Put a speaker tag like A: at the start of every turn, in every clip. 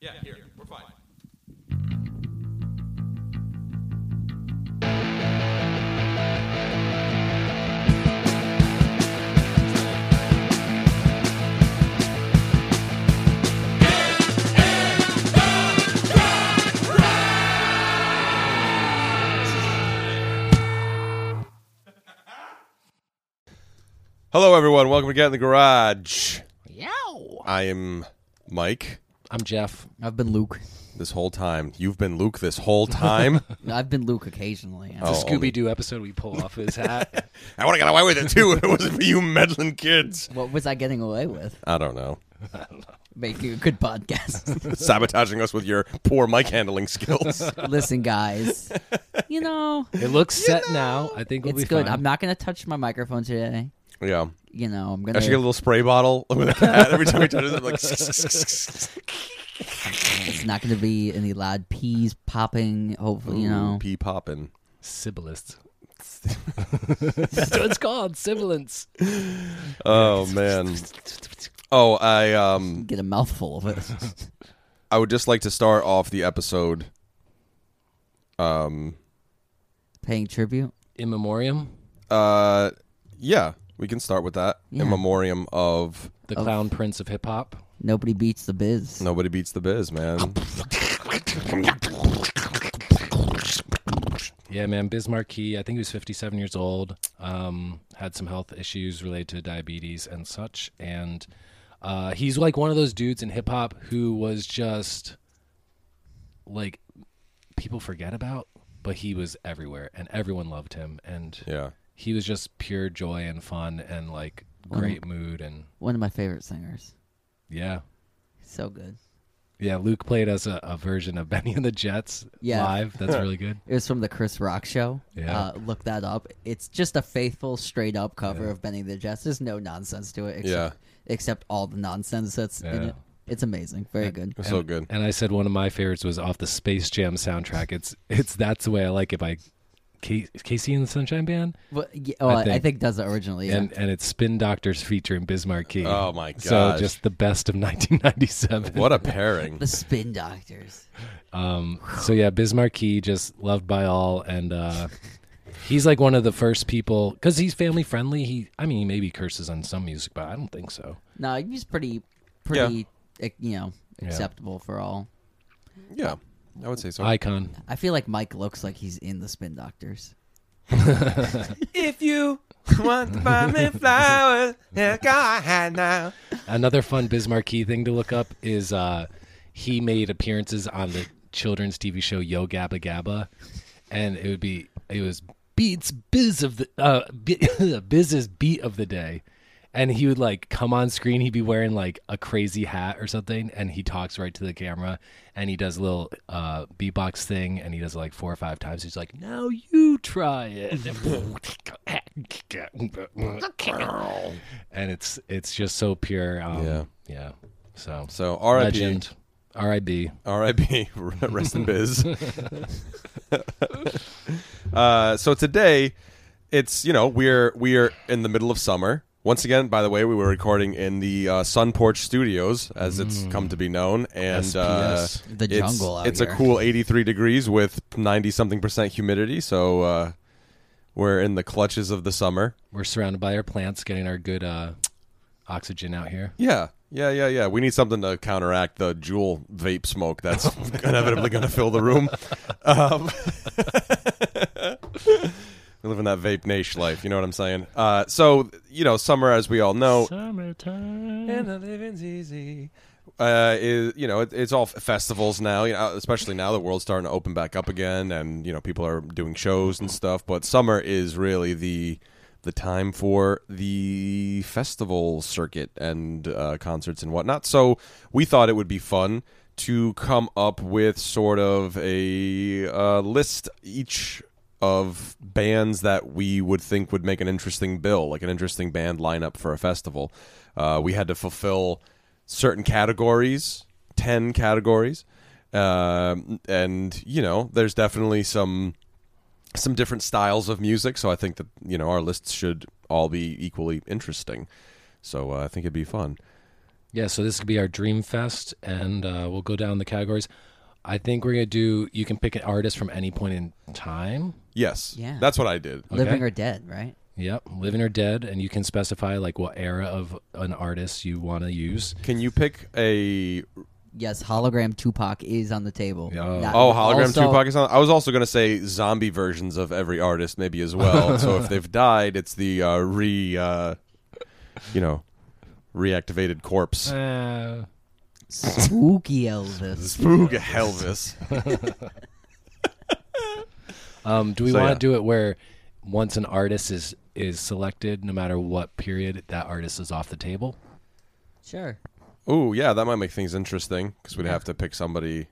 A: Yeah, here, we're fine.
B: Hello, everyone. Welcome to Get in the Garage.
C: Yow.
B: I am Mike.
C: I'm Jeff.
D: I've been Luke.
B: This whole time, you've been Luke. This whole time,
D: I've been Luke occasionally.
B: Oh, only-
C: Scooby Doo episode we pull off his hat.
B: I would have got away with it too if it wasn't for you meddling kids.
C: Oh.
D: What was I getting away with?
B: I don't know,
D: Making a good podcast.
B: sabotaging us with your poor mic handling skills.
D: Listen, guys, you know
C: it looks set now. I think we'll
D: it's
C: be
D: good.
C: fine.
D: I'm not gonna touch my microphone today.
B: yeah,
D: You know, I'm
B: I
D: gonna.
B: should get a little spray bottle with a cat every time he touches it. Like,
D: It's not gonna be any loud peas popping. Hopefully, you know.
B: pee popping.
C: Sibilist. That's what it's called. Sibilance.
B: Oh man. Oh, I um,
D: Get a mouthful of it.
B: I would just like to start off the episode.
D: Paying tribute.
C: In memoriam,
B: Uh, yeah, we can start with that
D: Yeah.
B: in memoriam of
C: the clown prince of hip hop.
D: Nobody beats the biz.
B: nobody beats the biz, man.
C: Yeah, man. Biz Markie, I think he was 57 years old, um, had some health issues related to diabetes and such. And uh, he's like one of those dudes in hip hop who was just like people forget about, but he was everywhere and everyone loved him. And
B: Yeah.
C: he was just pure joy and fun and like
D: Mm.
C: great mood. And
D: One of my favorite singers.
C: yeah.
D: So good.
C: Yeah, Luke played us a, a version of Benny and the Jets
D: Yeah.
C: live. That's really good.
D: It was from the Chris Rock show.
C: Yeah.
D: Uh, look that up. It's just a faithful, straight up cover of Benny the Jets. There's no nonsense to it. Except, Except all the nonsense that's in
C: Yeah.
D: it. It's amazing. Very good.
B: So good.
C: And I said one of my favorites was off the Space Jam soundtrack. It's it's that's the way I like it by Ca- Casey and the Sunshine Band,
D: Well, yeah, well,
C: I
D: I,
C: think-
D: think, does it originally. yeah.
C: and and it's Spin Doctors featuring Bismarck Key.
B: Oh, my
C: So
B: gosh.
C: just the best of 1997.
B: What a pairing.
D: the Spin Doctors.
C: Um, so yeah, Bismarck Key just loved by all, and uh, he's like one of the first people because he's family friendly. He I mean he maybe curses on some music, but I don't think so.
D: No, he's pretty, pretty, eh, you know, acceptable for all.
B: Yeah, I would say so.
C: Icon.
D: I feel like Mike looks like he's in the Spin Doctors.
B: if you want to buy me flowers, yeah, go ahead now.
C: Another fun Bismarcky thing to look up is uh, he made appearances on the children's TV show Yo Gabba Gabba, and it would be it was Beats Biz of the uh, Bi- Biz's beat of the day, and he would like come on screen. He'd be wearing like a crazy hat or something, and he talks right to the camera, and he does a little uh, beatbox thing, and he does it like four or five times. He's like, "Now you try it," and it's it's just so pure. Um,
B: Yeah.
C: yeah. So
B: So R.I.P.
C: legend, R.I.B.
B: R.I.P. Rest in biz. uh, so today, it's you know we're we're in the middle of summer. Once again, by the way, we were recording in the uh, Sun Porch Studios, as
D: Mm.
B: it's come to be known, and uh,
C: SPS.
D: The
B: it's,
D: jungle out
B: It's a
D: here.
B: cool 83 degrees with 90 something percent humidity. So uh, we're in the clutches of the summer.
C: We're surrounded by our plants, getting our good uh, oxygen out here.
B: Yeah, yeah, yeah, yeah. We need something to counteract the jewel vape smoke that's inevitably going to fill the room. Um, we live in that vape nation life. You know what I'm saying? Uh, so you know, summer, as we all know,
C: Summertime.
B: and the living's easy. Uh, is you know it, it's all f- festivals now, you know, especially now the world's starting to open back up again, and you know people are doing shows and stuff. But summer is really the the time for the festival circuit and uh, concerts and whatnot. So we thought it would be fun to come up with sort of a uh, list each of bands that we would think would make an interesting bill, like an interesting band lineup for a festival. Uh, we had to fulfill certain categories, 10 categories. Um, and, you know, there's definitely some some different styles of music. So I think that, you know, our lists should all be equally interesting. So uh, I think it'd be fun.
C: Yeah, so this could be our dream fest, and uh, we'll go down the categories. I think we're gonna do. You can pick an artist from any point in time.
B: Yes.
D: Yeah.
B: That's what I did.
D: Living or dead, right?
C: Yep, living or dead, and you can specify like what era of an artist you want to use.
B: Can you pick a oh,
D: Yes, hologram Tupac is on the table.
C: Yeah.
D: That-
B: oh hologram
D: also-
B: Tupac? Is on? I was also going to say zombie versions of every artist maybe as well. so if they've died, it's the uh, re uh, you know reactivated corpse.
C: Uh,
D: Spooky Elvis.
B: Spook Elvis.
C: um, do we
B: So,
C: want to
B: yeah.
C: do it where once an artist is is selected, no matter what period that artist is off the table?
D: Sure.
B: Ooh, yeah, that might make things interesting because we'd have to pick somebody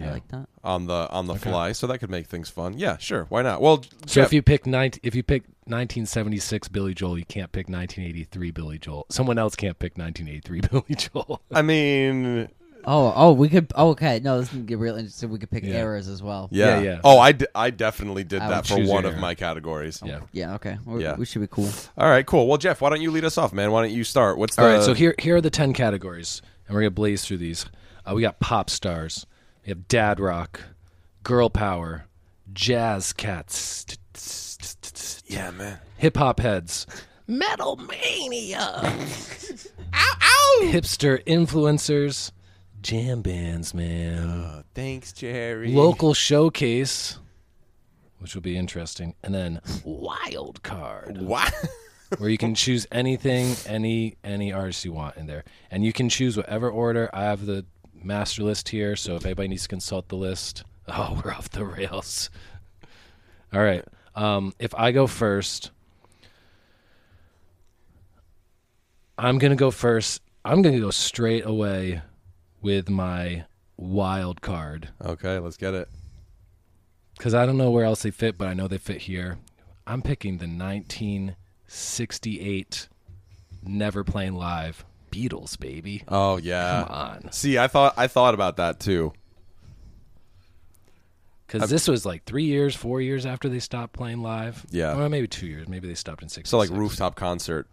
D: I like that.
B: on the on the fly, so that could make things fun. Yeah, sure, why not? Well,
C: So
B: Jeff,
C: if you pick 19, if you pick 1976 Billy Joel, you can't pick 1983 Billy Joel. Someone else can't pick 1983 Billy Joel.
B: I mean,
D: Oh, oh, we could. Oh, okay, no, this can get real interesting. We could pick
C: Yeah.
D: errors as well.
B: yeah,
C: Yeah, yeah.
B: Oh, I, d- I definitely did
D: I
B: that
D: would
B: for
C: choose
B: one
C: your-
B: of my categories.
C: yeah.
D: Yeah. Okay. We're,
B: Yeah.
D: We should be cool.
B: All right, cool. Well, Jeff, why don't you lead us off, man? Why don't you start? What's the
C: All right, so here here are the ten categories, and we're gonna blaze through these. Uh, we got pop stars, we have dad rock, girl power, jazz cats,
B: yeah, man.
C: hip hop heads, metal mania, hipster influencers, jam bands, man,
B: Uh, thanks, Jerry.
C: local showcase, which will be interesting, and then wild card.
B: What?
C: where you can choose anything, any any artist you want in there, and you can choose whatever order. I have the master list here, so if anybody needs to consult the list, oh, we're off the rails. All right, um, if I go first, I'm gonna go first. I'm gonna go straight away with my wild card
B: okay, let's get it.
C: because I don't know where else they fit, but I know they fit here. I'm picking the 1968 Never Playing Live Beatles, baby.
B: Oh yeah.
C: Come on.
B: See, I thought I thought about that too.
C: Because this was like three years, four years after they stopped playing live.
B: Yeah.
C: Or maybe two years. Maybe they stopped in six.
B: So like rooftop concert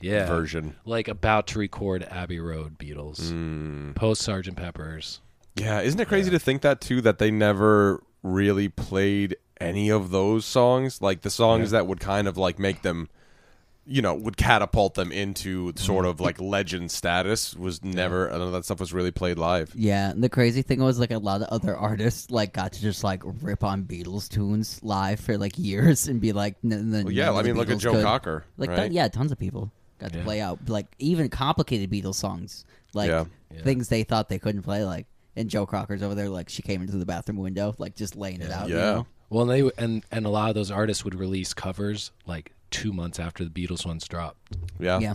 C: yeah.
B: version.
C: Like about to record Abbey Road Beatles,
B: Mm.
C: post Sergeant Pepper's.
B: Yeah, isn't it crazy to think that too? That they never really played any of those songs, like the songs that would kind of like make them, you know, would catapult them into sort of like legend status. Was never none of that stuff was really played live.
D: Yeah. And the crazy thing was, like, a lot of other artists like got to just like rip on Beatles tunes live for like years and be like, n- n-
B: Well, yeah,
D: none of
B: I
D: the
B: mean, look at
D: Beatles
B: Joe
D: could.
B: Cocker,
D: Like,
B: right?
D: ton- yeah, tons of people got to
C: Yeah.
D: play out like even complicated Beatles songs, like
B: Yeah.
D: things they thought they couldn't play, like. And Joe Crocker's over there, like she came into the bathroom window, like just laying it out. you
B: Yeah.
D: know?
C: Well, and they w- and and a lot of those artists would release covers like two months after the Beatles ones dropped.
B: Yeah, yeah,
D: yeah.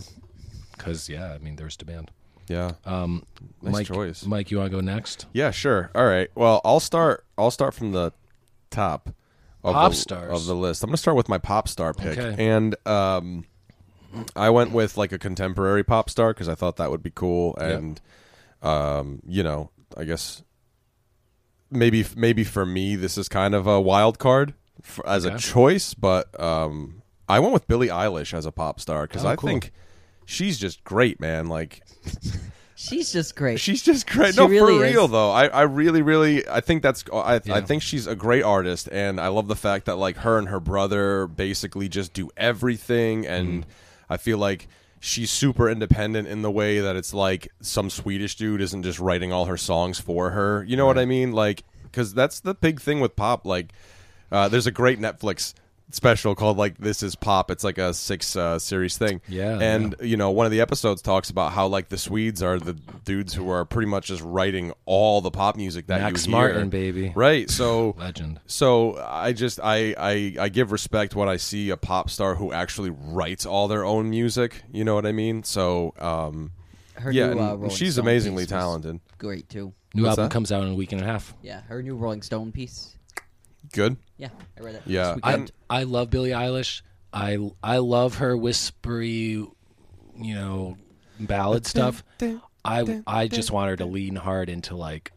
C: Because yeah, I mean there was demand.
B: Um, nice
C: Mike,
B: choice.
C: Mike, you want to go next?
B: Yeah, sure. All right. Well, I'll start. I'll start from the top of
C: Pop
B: the,
C: stars.
B: of the list. I'm going to start with my pop star pick,
C: Okay.
B: and um, I went with like a contemporary pop star because I thought that would be cool, and um, you know, I guess maybe maybe for me this is kind of a wild card for, as
C: Okay.
B: a choice, but um, I went with Billie Eilish as a pop star because
C: Oh,
B: I
C: cool.
B: think she's just great, man. Like
D: She's just great.
B: She's just great.
D: She
B: no,
D: really
B: for
D: is.
B: real though. I, I really, really, I think that's. uh, I,
C: Yeah.
B: I think she's a great artist, and I love the fact that like her and her brother basically just do everything, and
C: Mm-hmm.
B: I feel like she's super independent in the way that it's like some Swedish dude isn't just writing all her songs for her. You know what I mean? Like, because that's the big thing with pop. Like, uh, there's a great Netflix special called like this is pop it's like a six uh, series thing
C: Yeah,
B: and you know, one of the episodes talks about how like the Swedes are the dudes who are pretty much just writing all the pop music that
C: Max
B: you hear.
C: Martin, baby.
B: Right. So
C: Legend.
B: so I just I, I I give respect when I see a pop star who actually writes all their own music. You know what I mean? So um
D: Her
B: yeah,
D: new,
B: and
D: uh, Rolling
B: she's
D: Stone
B: amazingly
D: piece was
B: talented.
D: Great too.
C: New
B: What's
C: album
B: that?
C: comes out in a week and a half.
D: Yeah, her new Rolling Stone piece.
B: Good.
D: Yeah, I read it.
B: Yeah.
D: this
C: I
D: weekend.
C: I love Billie Eilish. I I love her whispery, you know, ballad stuff. I I just want her to lean hard into like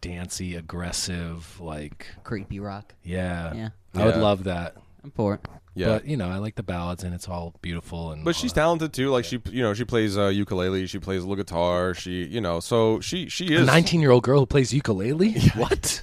C: dancey, aggressive, like
D: creepy rock.
C: yeah.
D: Yeah.
C: I would
B: Yeah.
C: love that.
D: I'm for it.
B: Yeah.
C: But you know, I like the ballads and it's all beautiful and.
B: But she's talented too. Like she, you know, she plays uh, ukulele. She plays a little guitar. She, you know, so she she is.
C: nineteen-year-old girl who plays ukulele. What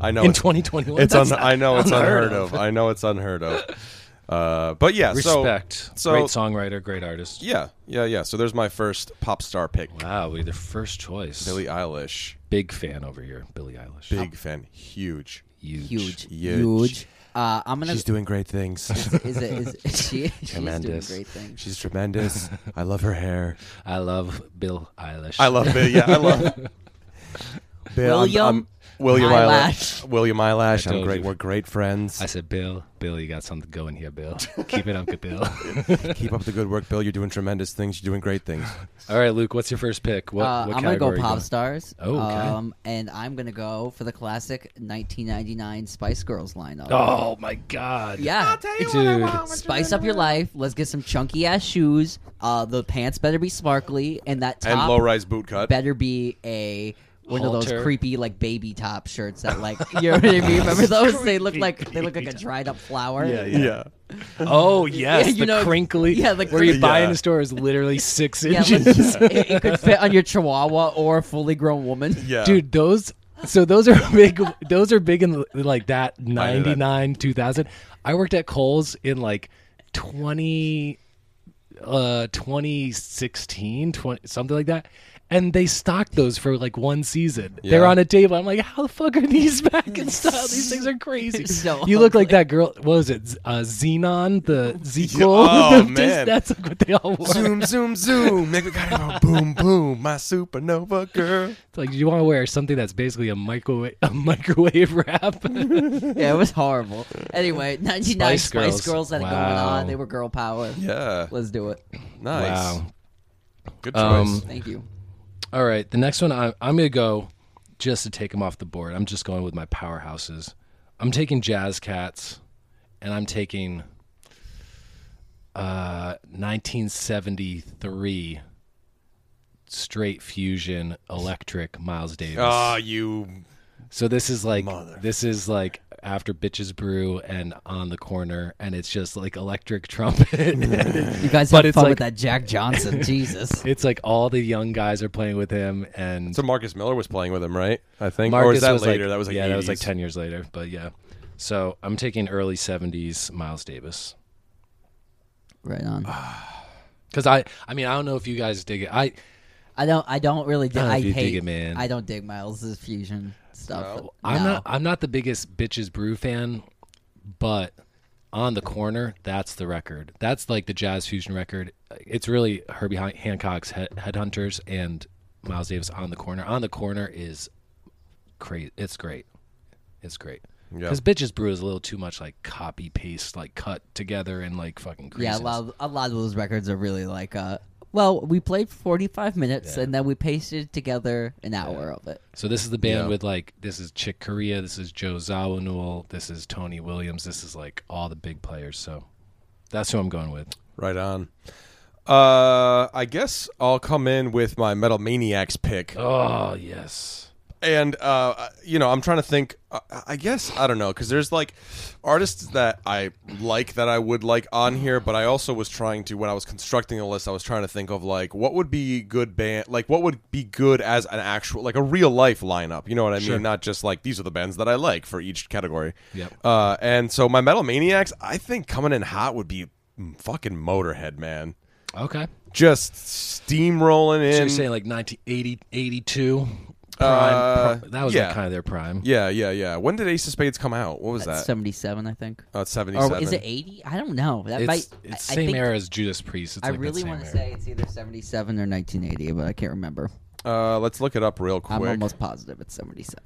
B: I know
C: in
B: it's,
C: twenty twenty-one?
B: it's un, I know it's unheard of. I know it's unheard of. Uh, but yeah,
C: Respect.
B: so-
C: great songwriter, great artist.
B: so yeah, yeah, yeah. So there's my first pop star pick,
C: Wow, we're the first choice.
B: Billie Eilish.
C: Big fan over here, Billie Eilish.
B: Big fan, huge.
C: Huge.
D: Huge,
B: Huge.
D: huge. Uh, I'm gonna.
B: She's doing great things.
D: is it? Is it, she? She's doing
C: Tremendous.
D: great things.
B: She's tremendous. I love her hair.
C: I love Bill Eilish.
B: I love it. Yeah, I love. Bill, I'm-
D: William
B: I'm- William Eyelash.
D: Eyelash.
B: William Eyelash.
C: I
B: I'm
C: told
B: great.
C: you.
B: We're great friends.
C: I said, Bill, Bill, you got something going here, Bill. Keep it, Uncle Bill.
B: Keep up the good work, Bill. You're doing tremendous things. You're doing great things.
C: All right, Luke, what's your first pick? What,
D: uh,
C: what
D: I'm gonna go
C: category you
D: pop
C: going?
D: stars.
C: Oh, okay.
D: Um, and I'm gonna go for the classic 1999 Spice Girls lineup.
C: Oh my God!
D: Yeah,
C: dude,
D: spice up your life. Let's get some chunky ass shoes. Uh, the pants better be sparkly, and that top
B: And low rise boot cut.
D: better be a one of
C: Halter.
D: those creepy like baby top shirts that like you know what I mean? Remember those? They look like they look like a dried up flower.
C: Yeah. oh yes,
D: Yeah, you
C: the
D: know-
C: crinkly.
D: yeah, the
C: where you buy in
B: Yeah.
C: the store is literally six
D: Yeah,
C: inches.
D: let's just- it, it could fit on your chihuahua or a fully grown woman.
B: Yeah.
C: dude those so those are big those are big in the- like that 99 2000 i worked at cole's in like 20 uh 2016 20, something like that and they stocked those for like one season they're
B: Yeah.
C: on a table i'm like how the fuck are these back in style these things are crazy
D: So
C: you look like that girl what was it Z- uh xenon the sequel
B: oh, man.
C: that's like what they all wore
B: zoom, zoom, zoom. Make me gotta go boom, boom. My supernova girl.
C: It's like you want to wear something that's basically a microwave a microwave wrap
D: Yeah, it was horrible. Anyway, 99
C: Spice
D: Spice Girls,
C: Girls.
D: had it going
C: Wow.
D: on. They were girl power.
B: Yeah.
D: Let's do it.
B: Nice.
C: Wow.
B: Good choice.
C: Um,
D: Thank you.
C: All right, the next one I, I'm going to go just to take them off the board. I'm just going with my powerhouses. I'm taking Jazz Cats, and I'm taking uh, 1973 straight fusion electric Miles Davis.
B: Ah, you.
C: so this is like
B: mother.
C: this is like after Bitches Brew and On the Corner, and it's just like electric trumpet.
D: You guys
C: But
D: had
C: it's
D: fun
C: like-
D: with that Jack Johnson. Jesus.
C: it's like all the young guys are playing with him, and
B: So Marcus Miller was playing with him, right? I think.
C: Marcus
B: or is that
C: was
B: later?
C: Like,
B: that was like
C: yeah, that was like
B: 80s.
C: ten years later. But yeah, so I'm taking early '70s Miles Davis
D: Right on.
C: Ah. because I, I mean, I don't know if you guys dig it. I,
D: I don't. I don't really. Dig,
C: don't know
D: I
C: if you dig
D: hate.
C: it, man.
D: I don't dig Miles' fusion stuff. No.
C: I'm not, I'm not the biggest bitches brew fan, but on the corner, that's the record. That's like the jazz fusion record. It's really Herbie Han- Hancock's head, Headhunters and Miles Davis on the corner. On the corner is crazy. It's great. It's great.
B: Yeah.
C: Because bitches brew is a little too much like copy paste, like cut together and like fucking crazy.
D: Yeah, a lot. Of, a lot of those records are really like. Uh, well, we played 45 minutes and then we pasted together an hour of it.
C: So this is the band
B: Yeah.
C: with like this is Chick Corea, this is Joe Zawinul, this is Tony Williams, this is like all the big players. So that's who I'm going with.
B: Right on. Uh, I guess I'll come in with my Metal Maniacs pick.
C: Oh yes,
B: and uh, you know, I'm trying to think. I- I guess I don't know because there's like artists that I like that I would like on here, but I also was trying to when I was constructing the list, I was trying to think of like what would be good band, like what would be good as an actual like a real life lineup. You know what I mean? Not just like these are the bands that I like for each category.
C: Yep.
B: Uh, and so my Metal Maniacs, I think coming in hot would be fucking Motorhead, man.
C: okay.
B: Just steamrolling in.
C: So you're saying like 1980, 82? Prime,
B: Uh,
C: pri- that was
B: yeah.
C: like kind of their prime.
B: yeah, yeah, yeah. When did Ace of Spades come out? What was that?
D: 77, I think.
B: Oh, it's 77.
D: Or is it 80? I don't know. That
C: It's,
D: might. I-
C: it's
D: I
C: same
D: think-
C: era as Judas Priest. It's
D: I
C: like that
D: really
C: same
D: want to
C: era.
D: say it's either 77 or 1980, but I can't remember.
B: Uh, let's look it up real quick.
D: I'm almost positive it's 77.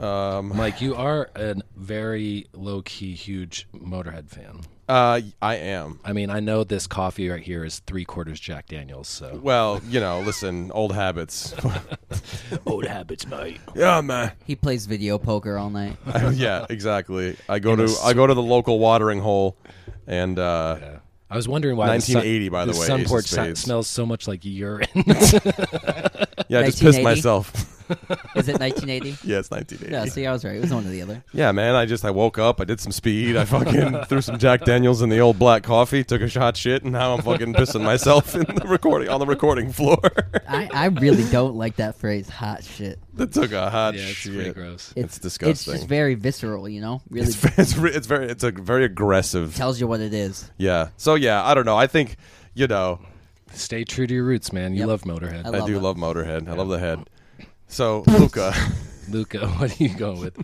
B: Um,
C: Mike, you are a very low key huge Motorhead fan.
B: uh, I am.
C: I mean, I know this coffee right here is three quarters Jack Daniels. So
B: Well, you know, listen, old habits.
C: old habits, mate.
B: yeah, man.
D: He plays video poker all night.
B: yeah, exactly. I go to I go to the local watering hole, and uh,
C: I was wondering why
B: 1980,
C: the sun,
B: by the
C: the
B: way, Ace of
C: Sunport
B: Spades.
C: smells so much like urine.
B: yeah, I just pissed
D: 1980?
B: myself.
D: Is it 1980?
B: Yeah, it's 1980.
D: No, see, I was right. It was one or the other.
B: Yeah, man. I just I woke up. I did some speed. I fucking threw some Jack Daniels in the old black coffee. Took a shot shit, and now I'm fucking pissing myself in the recording on the recording floor.
D: I, I really don't like that phrase, hot shit.
B: that took a hot
C: Yeah, it's
B: shit.
C: pretty gross.
B: It's
D: It's
B: disgusting.
D: just very visceral, you know? Really
B: It's, ve- it's, re- it's very it's a very aggressive.
D: tells you what it is.
B: Yeah. So yeah, I don't know. I think you know
C: Stay true to your roots, man.
D: Yep.
C: You love Motorhead.
D: I
B: I,
D: love
B: do
D: it.
B: love Motorhead. I love the head. So Luca,
C: Luca, what are you going with?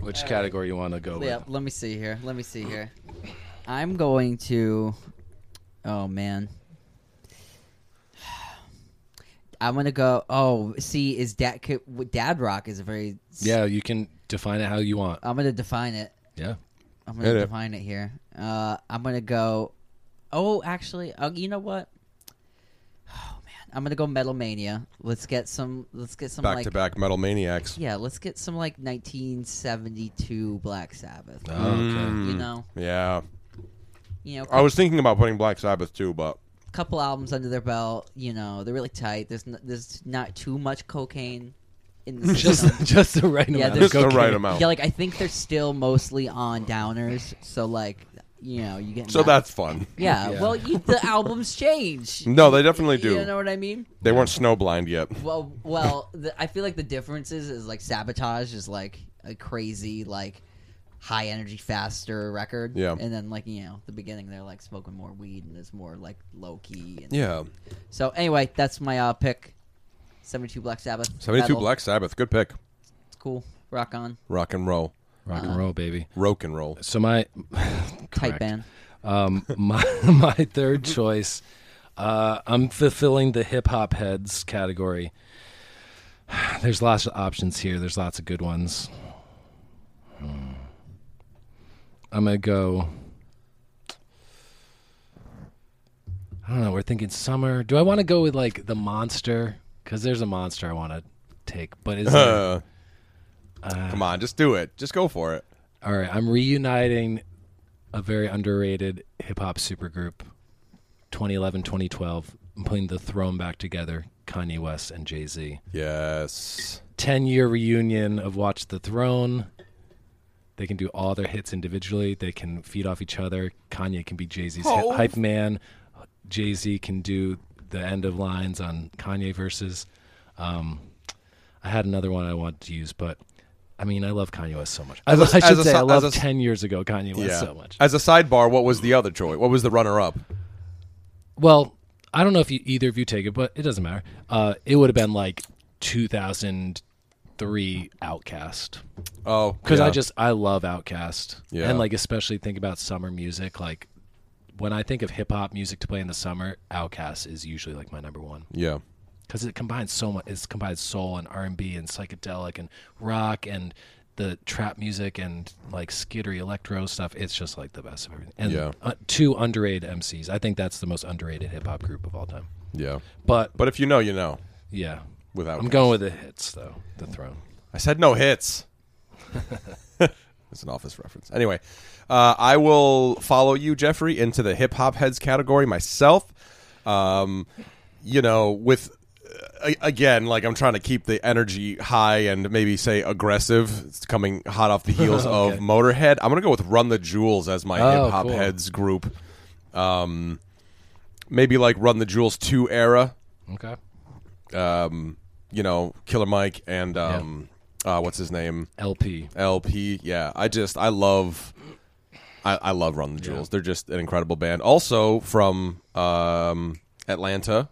C: Which
D: Uh,
C: category you want to go
D: Yeah,
C: with?
D: let me see here. Let me see here. I'm going to. Oh, man. I'm going to go. Oh, see, is dad, could- dad rock is a very.
C: Yeah, you can define it how you want.
D: I'm going to define it.
C: Yeah.
D: I'm gonna
B: Hit it.
D: define it here. Uh, I'm gonna go. Oh, actually, uh, you know what? Oh man, I'm gonna go Metal Mania. Let's get some. Let's get some
B: back
D: like.
B: to back metal maniacs.
D: Yeah, let's get some like 1972 Black Sabbath.
B: Mm.
C: Oh, okay.
D: You know,
B: Yeah.
D: you know,
B: I was thinking about putting Black Sabbath too, but
D: couple albums under their belt. You know, they're really tight. There's n- there's not too much cocaine in the system.
C: Just, just the right
D: Yeah,
C: amount. of
B: just
D: there's-
B: the
C: cocaine.
B: right amount.
D: yeah, like I think they're still mostly on downers. So like, you know, you get
B: so that's fun.
D: yeah.
C: Yeah.
D: Well, you, the albums change.
B: No, they definitely do.
D: You know what I mean?
B: They weren't snowblind yet.
D: Well, well, the, I feel like the difference is, is like sabotage is like a crazy, like high energy, faster record.
B: Yeah.
D: and then like you know, the beginning they're like smoking more weed and it's more like low key. And,
B: Yeah.
D: So anyway, that's my uh, pick. Seventy two Black Sabbath.
B: 72
D: Metal.
B: Black Sabbath. Good pick.
D: It's cool. Rock on.
B: Rock and roll.
C: Rock and roll, baby.
B: Rock and roll.
C: So my
D: Tight
C: Correct.
D: band.
C: um my my third choice. Uh, I'm fulfilling the hip hop heads category. There's lots of options here. There's lots of good ones. Hmm. I'm gonna go. I don't know. We're thinking summer. Do I want to go with like the monster? Because there's a monster I want to take. But is there,
B: Uh, Come on, just do it. Just go for it.
C: All right, I'm reuniting a very underrated hip hop supergroup, 2011, 2012. I'm putting the throne back together, Kanye West and Jay Z.
B: Yes.
C: 10 year reunion of Watch the Throne. They can do all their hits individually, they can feed off each other. Kanye can be Jay Z's
B: Oh.
C: hype man, Jay Z can do the end of lines on Kanye verses. Um, I had another one I wanted to use, but. I mean, I love Kanye West so much. I, I
B: as
C: should
B: a
C: say,
B: so-
C: I
B: as
C: love
B: a s-
C: 10 years ago Kanye West
B: Yeah.
C: so much.
B: As a sidebar, what was the other choice? What was the runner up?
C: Well, I don't know if you, either of you take it, but it doesn't matter. Uh, it would have been like 2003 Outcast
B: Oh,
C: because I
B: yeah.
C: just I love Outcast,
B: Yeah.
C: and like especially think about summer music. Like when I think of hip hop music to play in the summer, Outcast is usually like my number one
B: Yeah.
C: because it combines so much. It's combines soul and R and B and psychedelic and rock and the trap music and like skittery electro stuff. It's just like the best of everything. And
B: Yeah.
C: uh, two underrated MCs. I think that's the most underrated hip hop group of all time.
B: Yeah.
C: But
B: But if you know, you know.
C: yeah,
B: Without
C: I'm going with the hits though. The throne.
B: I said no hits. it's an office reference. Anyway, uh, I will follow you, Jeffrey, into the hip hop heads category myself. Um, you know, with uh, a- again, like I'm trying to keep the energy high and maybe say aggressive. It's coming hot off the heels
C: Okay.
B: of Motorhead. I'm gonna go with Run the Jewels as my
C: Oh,
B: hip hop
C: cool.
B: heads group. Um, maybe like Run the Jewels two era
C: Okay.
B: um, you know, Killer Mike and um, uh, what's his name,
C: LP.
B: LP. Yeah, I just I love, I, I love Run the Jewels. They're just an incredible band. Also from um, Atlanta.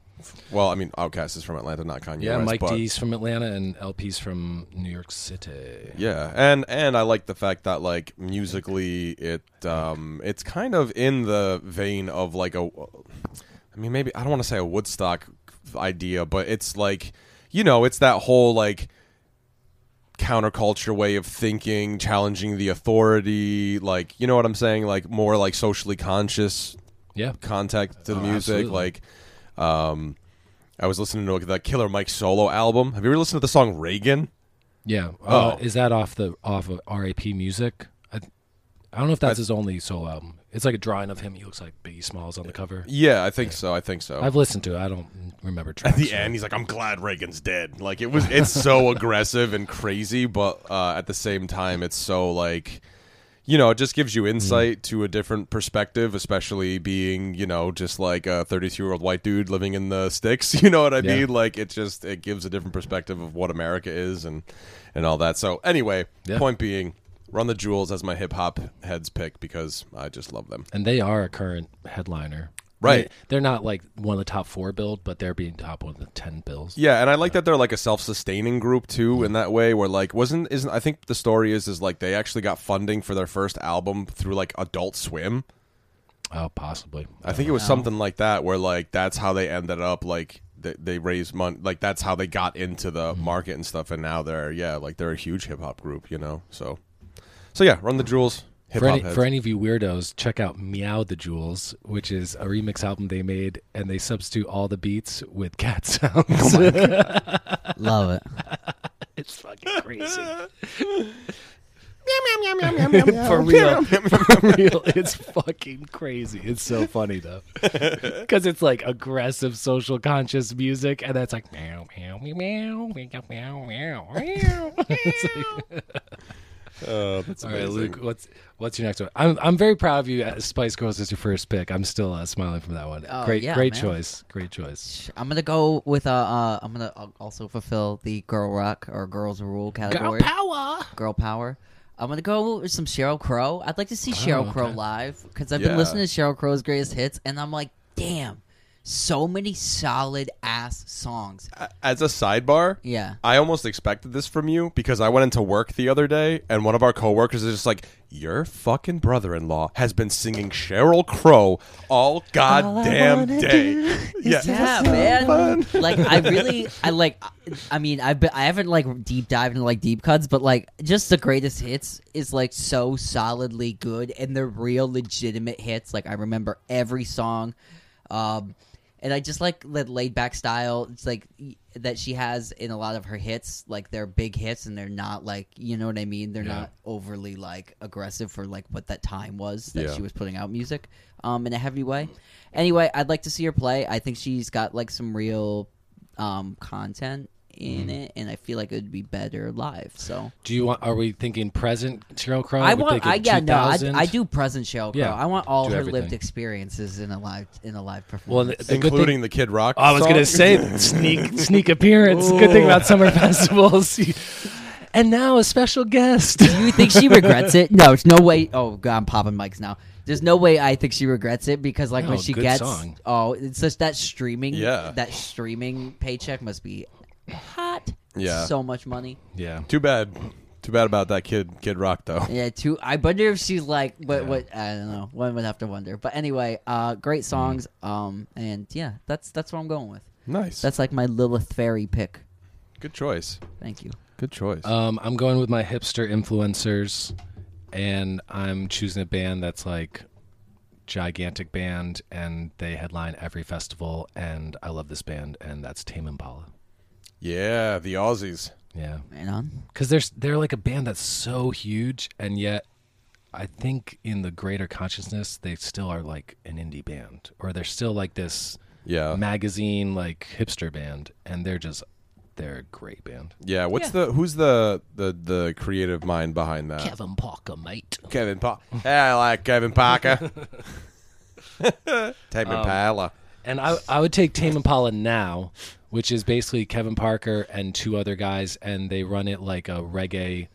B: Well, I mean, Outkast is from Atlanta, not Kanye.
C: Yeah,
B: West,
C: Mike
B: but-
C: D's from Atlanta and LP's from New York City.
B: Yeah, and and I like the fact that like musically it um it's kind of in the vein of like a I mean maybe I don't want to say a Woodstock idea, but it's like you know, it's that whole like counterculture way of thinking, challenging the authority, like you know what I'm saying, like more like socially conscious
C: Yeah.
B: contact to the
C: Oh,
B: music.
C: absolutely.
B: Like, um, I was listening to the Killer Mike solo album. Have you ever listened to the song Reagan?
C: Yeah.
B: Oh.
C: Uh, is that off the off of RAP music? I, I don't know if that's his only solo album. It's like a drawing of him. He looks like Biggie Smalls on the cover.
B: Yeah, I think so. I think so.
C: I've listened to it. I don't remember
B: At
C: tracks.
B: the end, he's like, "I'm glad Reagan's dead." Like it was, it's so aggressive and crazy, but uh, at the same time, it's so like, you know, it just gives
C: Mm.
B: you insight to a different perspective, especially being, you know, just like a 32 year old white dude living in the sticks. You know what I
C: Yeah.
B: mean? Like it just it gives a different perspective of what America is and and all that. So anyway,
C: Yeah.
B: point being, Run the Jewels as my hip hop heads pick because I just love them.
C: and they are a current headliner.
B: Right.
C: They, are not like one of the top four build, but they're being top one of the ten bills.
B: Yeah, and I like that they're like a self-sustaining group too in that way where like wasn't isn't I think the story is is like they actually got funding for their first album through like Adult Swim.
C: Oh, possibly.
B: I think it was something like that where like that's how they ended up like they, they raised money like that's how they got into the market and stuff and now they're yeah, like they're a huge hip hop group, you know. So So yeah, Run the Jewels, hip
C: For
B: hop
C: any,
B: heads.
C: for any of you weirdos, check out Meow the Jewels, which is a remix album they made, and they substitute all the beats with cat
B: Oh
C: sounds.
D: Love it.
C: it's fucking crazy.
B: for
C: for real. for real. It's fucking crazy. It's so funny though. Cuz it's like aggressive social conscious music and that's like meow meow meow meow meow meow meow. meow.
B: Oh, that's
C: All right,
B: amazing.
C: Luke, what's what's your next one? I'm I'm very proud of you. Uh, Spice Girls is your first pick. I'm still uh, smiling from that one.
D: Oh,
C: great
D: yeah,
C: great
D: man.
C: choice. Great choice.
D: I'm gonna go with uh, uh I'm gonna al- also fulfill the girl rock or girls rule category.
C: power.
D: girl power. I'm gonna go with some Cheryl Crow. I'd like to see Cheryl Crow live because I've
B: Yeah.
D: been listening to Cheryl Crow's greatest hits, and I'm like, damn, so many solid ass songs.
B: as a sidebar,
D: Yeah.
B: I almost expected this from you because I went into work the other day and one of our coworkers is just like, "Your fucking brother-in-law has been singing Cheryl Crow all goddamn
D: wanna
B: day."
D: do
B: yeah,
D: Yeah, man. like I really, I like. I- I mean, I've been, I haven't like deep dived into like deep cuts, but like just the greatest hits is like so solidly good, and they're real legitimate hits. Like I remember every song, um, and I just like that laid back style. It's like y- that she has in a lot of her hits. Like they're big hits, and they're not like you know what I mean. They're
C: Yeah.
D: not overly like aggressive for like what that time was that
B: Yeah.
D: she was putting out music um, in a heavy way. Anyway, I'd like to see her play. I think she's got like some real um, content
C: Mm-hmm.
D: in it, and I feel like it would be better live. So
C: Do you want are we thinking present Cheryl Crow?
D: I
C: We're
D: want,
C: thinking
D: I yeah, no, I,
C: 2000?
D: I do present Cheryl Crow.
C: Yeah,
D: I want all
C: do
D: her
C: everything.
D: lived experiences in a live in a live
C: Well,
D: performance.
C: the, the good thing Oh,
B: including the Kid Rock.
C: I was
B: song.
C: gonna say sneak sneak appearance. Good thing about summer festivals. You- and now a special guest.
D: Do you think she regrets it? No, it's no way. Oh god, I'm popping mics now. There's no way I think she regrets it because like when
C: No,
D: she
C: good
D: gets
C: song.
D: oh, it's just that streaming
B: Yeah.
D: that streaming paycheck must be hot.
B: Yeah.
D: so much money.
C: Yeah.
B: Too bad. Too bad about that Kid Kid Rock though.
D: Yeah, too. I wonder if she's like, what? What? I don't know. One would have to wonder. But anyway, uh, great songs. Um, and yeah, that's that's what I'm going with.
B: Nice.
D: That's like my Lilith Fairy pick.
B: good choice.
D: Thank you.
B: Good choice.
C: Um, I'm going with my hipster influencers, and I'm choosing a band that's like gigantic band, and they headline every festival, and I love this band, and that's Tame Impala.
B: yeah, the Aussies.
C: Yeah,
D: Right on.
C: because they're s- they're like a band that's so huge, and yet I think in the greater consciousness, they still are like an indie band, or they're still like this
B: Yeah.
C: magazine like hipster band, and they're just they're a great band.
B: Yeah. What's the who's the the the creative mind behind that?
C: Kevin Parker, mate.
B: Kevin Parker. I like Kevin Parker. Tame Impala.
C: And I, I would take Tame Impala now, which is basically Kevin Parker and two other guys, and they run it like a reggae,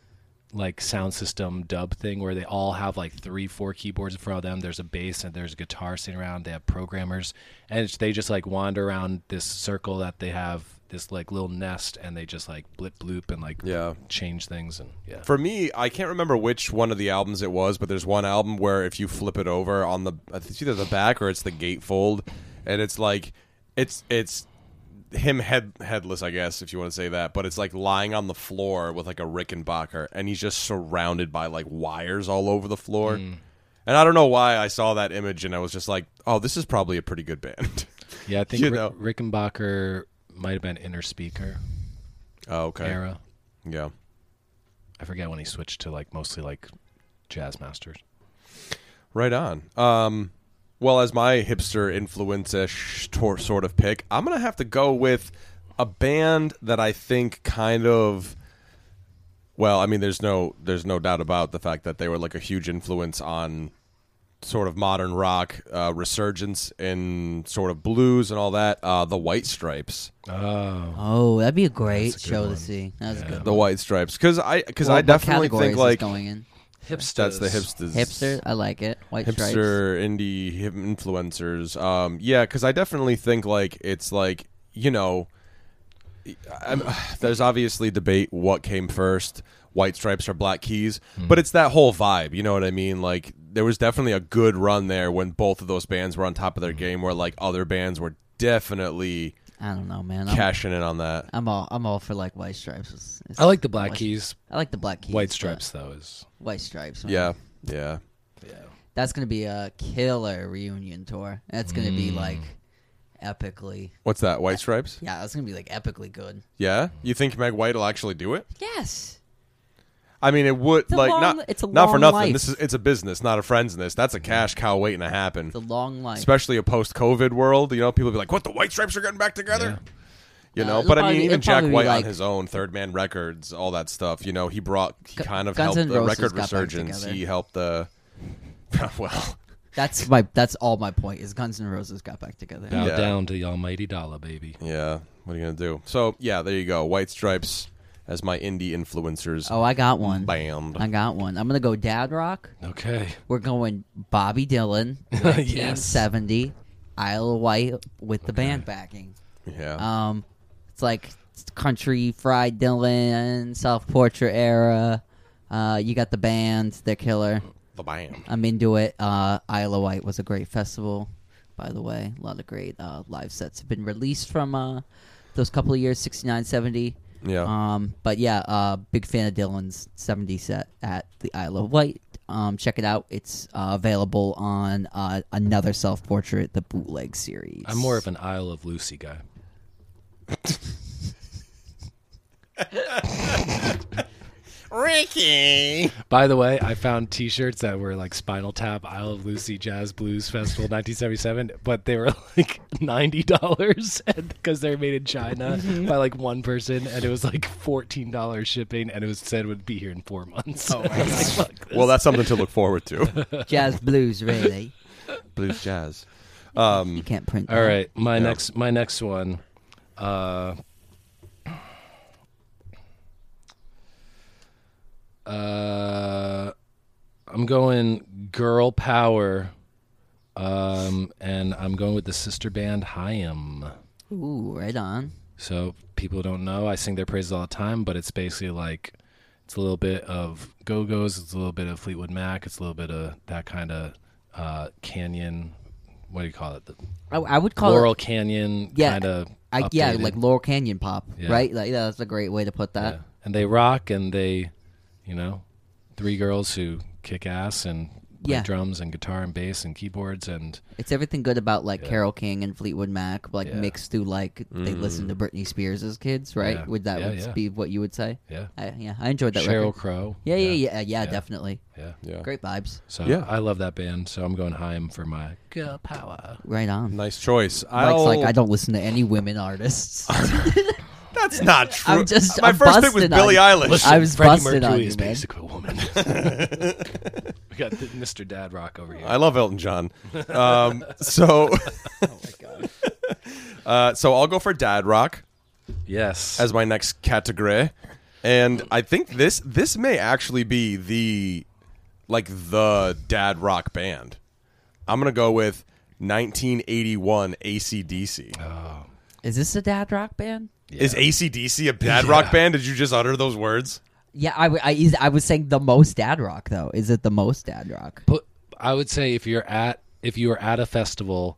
C: like sound system dub thing where they all have like three, four keyboards in front of them. There's a bass and there's a guitar sitting around. They have programmers, and it's, they just like wander around this circle that they have this like little nest, and they just like blip bloop and like
B: Yeah.
C: change things and yeah.
B: For me, I can't remember which one of the albums it was, but there's one album where if you flip it over on the, it's either the back or it's the gatefold, and it's like, it's it's him head headless, I guess, if you want to say that, but it's like lying on the floor with like a Rickenbacker, and he's just surrounded by like wires all over the floor. And I don't know why I saw that image and I was just like, oh, this is probably a pretty good band.
C: Yeah, I think
B: You
C: Ri-
B: know.
C: Rickenbacker might have been Inner Speaker
B: oh, okay.
C: era.
B: Yeah.
C: I forget when he switched to like mostly like jazz masters.
B: Right on. Um, well, as my hipster influence ish sort of pick, I'm going to have to go with a band that I think kind of. Well, I mean, there's no there's no doubt about the fact that they were like a huge influence on sort of modern rock uh, resurgence in sort of blues and all that. Uh, the White Stripes,
C: Oh,
D: Oh, that'd be a great
C: That's a good
D: show
C: one.
D: to see. That was a good.
B: the White Stripes, because I because
D: Well,
B: I
D: what
B: definitely
D: category
B: think
D: is this
B: like
D: going in
C: hipsters.
B: that's the hipsters
D: hipster. I like it. White stripes.
B: hipster indie hip influencers. Um, yeah, because I definitely think like it's like you know, I'm, there's obviously debate what came first, White Stripes or Black Keys, but it's that whole vibe. You know what I mean? Like there was definitely a good run there when both of those bands were on top of their game, where like other bands were definitely
D: I don't know, man. I'm,
B: cashing in on that.
D: I'm all I'm all for like white stripes. It's- it's-
C: I like the Black
D: White-
C: Keys.
D: I like the black keys.
C: White
D: but
C: Stripes though is
D: White stripes. man.
B: Yeah, yeah.
C: yeah.
D: that's gonna be a killer reunion tour. That's gonna be like epically.
B: What's that? White Stripes?
D: Yeah, that's gonna be like epically good.
B: Yeah. You think Meg White will actually do it?
D: Yes.
B: I mean, it would
D: a
B: like
D: long-
B: not.
D: it's a
B: not for
D: long
B: nothing.
D: life.
B: This is it's a business, not a friends. This that's a cash cow waiting to happen.
D: It's a long life.
B: Especially a post-COVID world, you know, people be like, "What the White Stripes are getting back together." You
D: Uh,
B: know,
D: it'll
B: but I
D: probably-
B: mean, even
D: it'll
B: Jack
D: probably be
B: White
D: like-
B: on his own, Third Man Records, all that stuff. You know, he brought, he
D: Gu-
B: kind of
D: Guns
B: helped
D: N'
B: the
D: Roses
B: record
D: got back
B: resurgence.
D: together.
B: He helped the. well,
D: That's my. That's all my point is Guns N' Roses got back together.
C: Bow
B: Yeah.
C: down to the almighty dollar, baby.
B: yeah. What are you gonna do? So yeah, there you go. White Stripes as my indie influencers.
D: Oh, I got one.
B: Band.
D: I got one. I'm gonna go dad rock.
C: Okay.
D: We're going Bobby Dylan, 1970, Isle of Wight with the band backing.
B: yeah.
D: Um, it's like country fried Dylan, self portrait era. Uh, you got the band, they're killer.
B: the band.
D: I'm into it. Uh, Isle of Wight was a great festival, by the way. A lot of great uh, live sets have been released from uh, those couple of years, 69, 70.
B: Yeah.
D: Um, but yeah, uh, big fan of Dylan's 70 set at the Isle of Wight. Um, check it out. It's uh, available on uh, another self portrait, the bootleg series.
C: I'm more of an Isle of Lucy guy.
B: Ricky.
C: By the way, I found T-shirts that were like Spinal Tap, Isle of Lucy, Jazz Blues Festival, 1977, but they were like ninety dollars because they're made in China by like one person, and it was like fourteen dollars shipping, and it was said would be here in four months. Oh my
B: Well, that's something to look forward to.
D: jazz blues, really.
B: Blues jazz.
D: You can't print.
C: Um, All
D: that.
C: right, my next my next one. Uh, uh, I'm going girl power, um, and I'm going with the sister band Haim.
D: Ooh, right on.
C: So people don't know I sing their praises all the time, but it's basically like it's a little bit of Go Go's, it's a little bit of Fleetwood Mac, it's a little bit of that kind of uh, Canyon. What do you call it? The,
D: I, I would call
C: Laurel
D: it.
C: Canyon
D: Yeah,
C: kind of
D: I, yeah, like Laurel Canyon pop,
C: Yeah.
D: right? Like yeah, that's a great way to put that.
C: and they rock and they, you know, three girls who kick ass and play
D: Yeah.
C: drums and guitar and bass and keyboards and
D: It's everything good about like Carol King and Fleetwood Mac, like
C: Yeah. Mm.
D: mixed through like they listened to Britney Spears as kids, right?
C: Yeah.
D: Would that
C: Yeah,
D: would
C: yeah.
D: be what you would say?
C: yeah,
D: I, yeah, I enjoyed that
C: Cheryl
D: record.
C: Crow.
D: Yeah, yeah, yeah, yeah, definitely.
C: yeah.
B: Yeah.
D: Great vibes.
C: So
B: Yeah.
C: I love that band. So I'm going Haim for my girl power.
D: Right on.
B: Nice choice.
D: Mike's
B: I'll,
D: like, I don't listen to any women artists.
B: That's not true.
D: I'm just-
B: My
D: I'm
B: first pick was
D: busting
B: Billie
D: on-
B: Eilish.
D: I was
C: Freddie
D: busted
C: Mercury
D: on
C: is
D: you, man.
C: basically a woman. we got the, Mr. Dad Rock over here.
B: I love Elton John. Um, so,
D: Oh
B: uh, so I'll go for Dad Rock
C: yes.
B: as my next category, and I think this this may actually be the like the Dad Rock band. I'm gonna go with 1981 ACDC.
D: Oh, Is this a dad rock band?
B: Is ACDC a Dad Rock band? Did you just utter those words?
D: Yeah, I, w- I, is- I was saying the most dad rock though. Is it the most dad rock?
C: put I would say if you're at if you are at a festival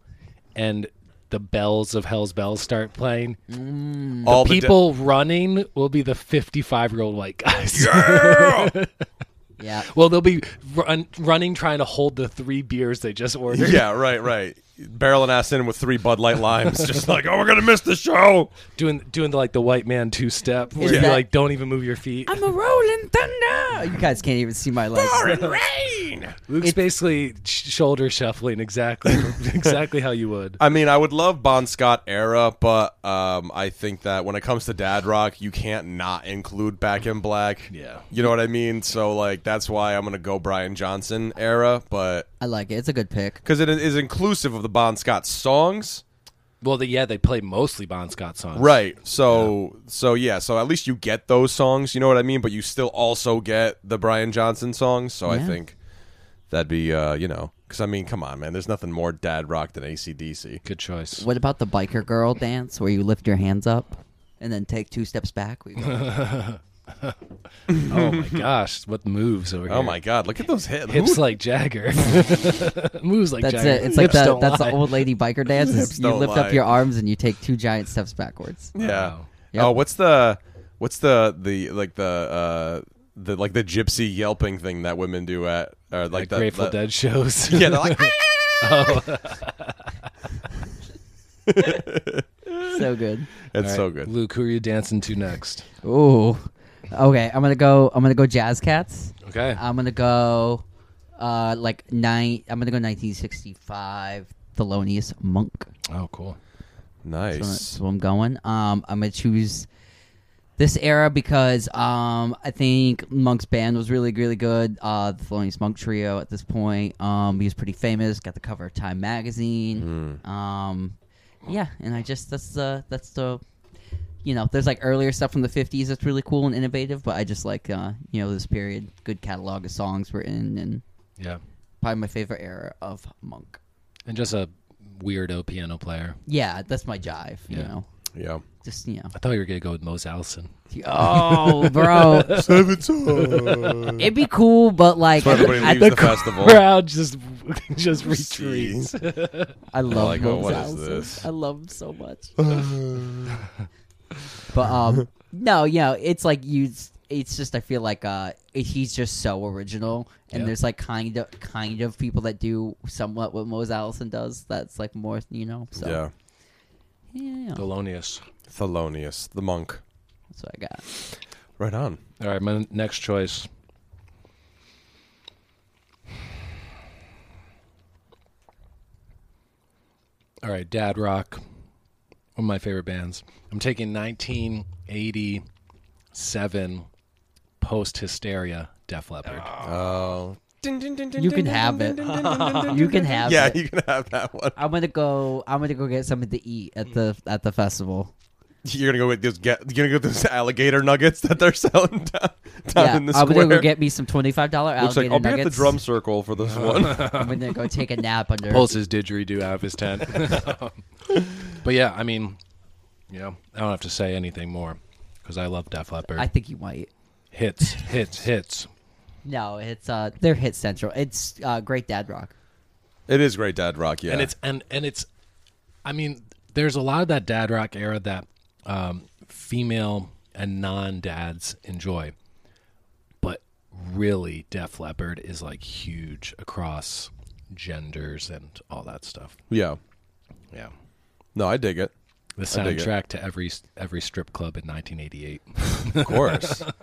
C: and the bells of Hell's Bells start playing,
D: Mm.
B: All the da-
C: people running will be the 55 year old white guys.
D: Yeah,
C: well, they'll be run, running trying to hold the three beers they just ordered.
B: Yeah, right, right. Barreling ass in with three Bud Light limes, just like, oh, we're gonna miss the show.
C: Doing doing the, like the white man two step where
D: Is
C: you
D: that-
C: like don't even move your feet.
D: I'm a rolling thunder. You guys can't even see my legs.
B: rain. yeah.
C: Luke's
D: It's-
C: basically sh- shoulder shuffling exactly exactly how you would.
B: I mean, I would love Bon Scott era, but um, I think that when it comes to dad rock, you can't not include Back in Black.
C: Yeah.
B: You know what I mean? So like that's why I'm gonna go Brian Johnson era, but
D: I like it. It's a good pick.
B: because it is inclusive of the Bon Scott songs,
C: Well, they, yeah, they play mostly Bon Scott songs.
B: right? So so yeah, so at least you get those songs. You know what I mean? But you still also get the Brian Johnson songs. So I
D: Yeah.
B: think that'd be uh, you know because I mean, come on, man. There's nothing more dad rock than ACDC.
C: Good choice.
D: What about the biker girl dance where you lift your hands up and then take two steps back? We go,
C: Oh my gosh, what moves over here?
B: Oh my God! Look at those hips.
C: hips like Jagger. moves like
D: that's
C: Jagger.
D: it. It's like
C: Hips
D: the,
C: don't
D: that's
C: lie.
D: the old lady biker dance.
B: Hips
D: Is you
B: don't
D: lift
B: lie.
D: up your arms and you take two giant steps backwards.
B: Yeah.
C: Wow.
D: Yep.
B: Oh, what's the what's the the like the uh the like the gypsy yelping thing that women do at or like
C: like
B: the,
C: Grateful
B: the-
C: Dead shows.
B: Yeah, they're like "Ah!"
D: So good.
B: it's
C: All
B: so
C: right,
B: good.
C: Luke, who are you dancing to next?
D: Ooh. Okay, I'm gonna go. I'm gonna go Jazz Cats.
C: Okay.
D: I'm gonna go, uh, like nine. I'm gonna go 1965. Thelonious Monk.
C: oh, cool.
D: That's what-
B: Nice.
D: that's where I'm going. Um, I'm gonna choose this era because um, I think Monk's band was really, really good. Uh, the Thelonious Monk Trio at this point. Um, he was pretty famous. Got the cover of Time magazine. Um, yeah, and I just that's the that's the you know there's like earlier stuff from the 50s that's really cool and innovative, but I just like uh, you know this period. Good catalog of songs were in, and
C: Yeah.
D: probably my favorite era of Monk.
C: And just a weirdo piano player.
D: Yeah, that's my jive. You
C: Yeah.
D: know,
B: Yeah.
D: just you know.
C: I thought you were going to go with Mose Allison.
D: Oh, bro,
B: Seven times.
D: it'd be cool, but like,
B: So everybody
D: I,
B: leaves the festival.
C: Crowd just just retreats.
D: I love
B: like,
D: like,
B: oh, what is this?
D: I love him so much. but um, no, you know, it's like you. It's just I feel like uh, it, he's just so original, and
C: Yeah.
D: there's like kind of kind of people that do somewhat what Mose Allison does. That's like more, you know. So
B: Yeah.
D: yeah, yeah.
C: Thelonious.
B: Thelonious, the monk.
D: that's what I got.
B: Right on.
C: All right, my next choice. All right, Dad Rock, one of my favorite bands. I'm taking 1987 post hysteria Def Leppard.
B: Oh.
D: You can have it. You can have
B: Uh, Yeah,
D: it.
B: you can have that one.
D: I'm gonna go. I'm gonna go get something to eat at the at the festival.
B: You're gonna go with those get. You're gonna go with those alligator nuggets that they're selling down, down in the
D: I'm
B: square.
D: gonna go get me some twenty five dollar
B: Looks
D: alligator
B: like I'll be
D: nuggets.
B: at the drum circle for this one.
D: I'm gonna go take a nap under.
C: Pulls his didgeridoo out of his tent. but yeah, I mean, you know, I don't have to say anything more because I love Def Leppard.
D: I think you might.
C: hits, hits, hits.
D: No, it's uh, they're hit central. It's uh, great dad rock.
B: It is great dad rock, yeah.
C: and it's and and it's i mean there's a lot of that dad rock era that um female and non-dads enjoy but really def leppard is like huge across genders and all that stuff
B: yeah.
C: yeah
B: No, I dig it.
C: the
B: I dig it.
C: soundtrack to every every strip club in 1988
B: Of course.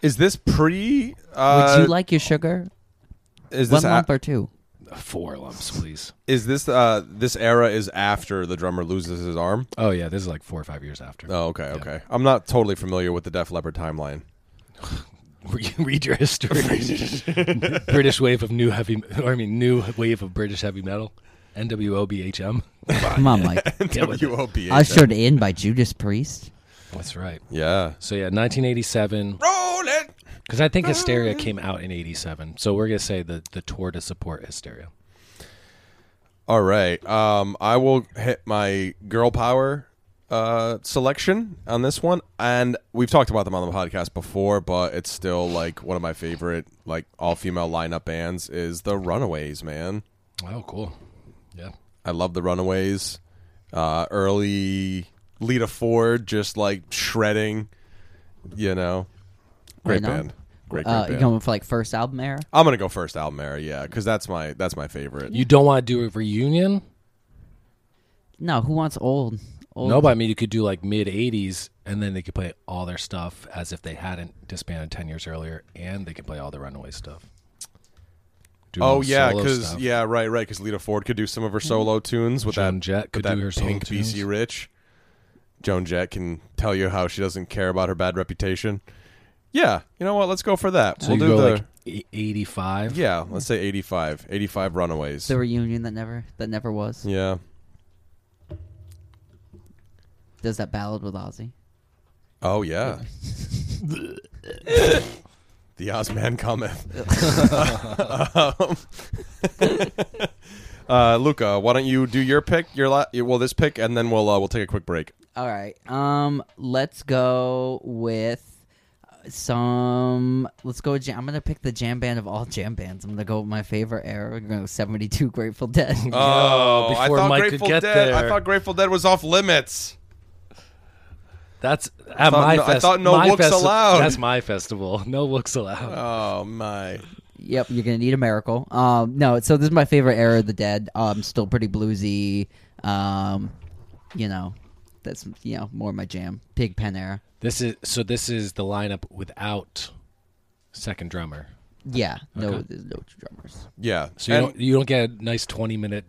B: is this pre?
D: Would
B: Uh,
D: you like your sugar?
B: is
D: One
B: this
D: lump
B: a-
D: or two?
C: four lumps please
B: is this uh this era is after the drummer loses his arm?
C: oh yeah this is like four or five years after
B: Oh, okay, okay. I'm not totally familiar with the Def Leppard timeline.
C: Re- read your history. British wave of new heavy, or I mean, new wave of British heavy metal. NWOBHM.
D: Come on, Mike.
C: Get with it.
B: WOP.
D: Ushered in by Judas Priest.
C: That's right.
B: Yeah.
C: So yeah, 1987.
B: Roll it.
C: Because I think Hysteria came out in 87. So we're gonna say the the tour to support Hysteria.
B: All right. Um, I will hit my girl power uh, selection on this one, and we've talked about them on the podcast before, but it's still like one of my favorite like all female lineup bands is the Runaways. Man,
C: Oh, cool. Yeah.
B: I love the Runaways. Uh, early Lita Ford just like shredding, you know. Great
D: Right on.
B: band. Great, great
D: Uh, you
B: band.
D: going for like first album era?
B: I'm gonna go first, album era, yeah, because that's my that's my favorite.
C: You don't want to do a reunion?
D: No, who wants old? old
C: No, but I mean, you could do like mid 80s, and then they could play all their stuff as if they hadn't disbanded 10 years earlier, and they could play all the Runaway stuff. doing
B: Oh yeah,
C: solo
B: because
C: stuff. Mm.
B: yeah, right, right. Because Lita Ford could do some of her solo tunes with
C: Joan
B: that.
C: Jett could
B: with that
C: do her solo
B: pink
C: tunes.
B: BC Rich. Joan Jett can tell you how she doesn't care about her bad reputation. Yeah, you know what? Let's go for that.
C: So
B: we'll
C: you
B: do
C: go
B: the
C: like e- eighty-five.
B: yeah. Let's say 85, 85 Runaways.
D: The reunion that never that never was.
B: yeah.
D: Does that ballad with Ozzy?
B: Oh yeah. the Osman cometh. um, uh, Luca, why don't you do your pick, your la- well, this pick, and then we'll uh, we'll take a quick break.
D: All right. Um, let's go with some. Let's go. With jam. I'm gonna pick the jam band of all jam bands. I'm gonna go with my favorite era. We're gonna go 72 Grateful Dead.
B: Oh, I
C: before
B: thought
C: Mike could
B: Grateful
C: get
B: Dead. I
C: there.
B: thought Grateful Dead was off limits.
C: That's at
B: thought
C: my
B: no- I
C: fest-
B: thought no
C: my
B: looks
C: festi-
B: allowed.
C: That's my festival. No looks allowed.
B: Oh my!
D: Yep, you're gonna need a miracle. Um, no, so this is my favorite era of the Dead. Um, still pretty bluesy. Um, you know, that's you know more my jam. Pig Pen era.
C: This is so. This is the lineup without second drummer.
D: Yeah, no,
C: Okay.
D: there's no drummers.
B: Yeah.
C: So you
B: And-
C: don't you don't get a nice twenty minute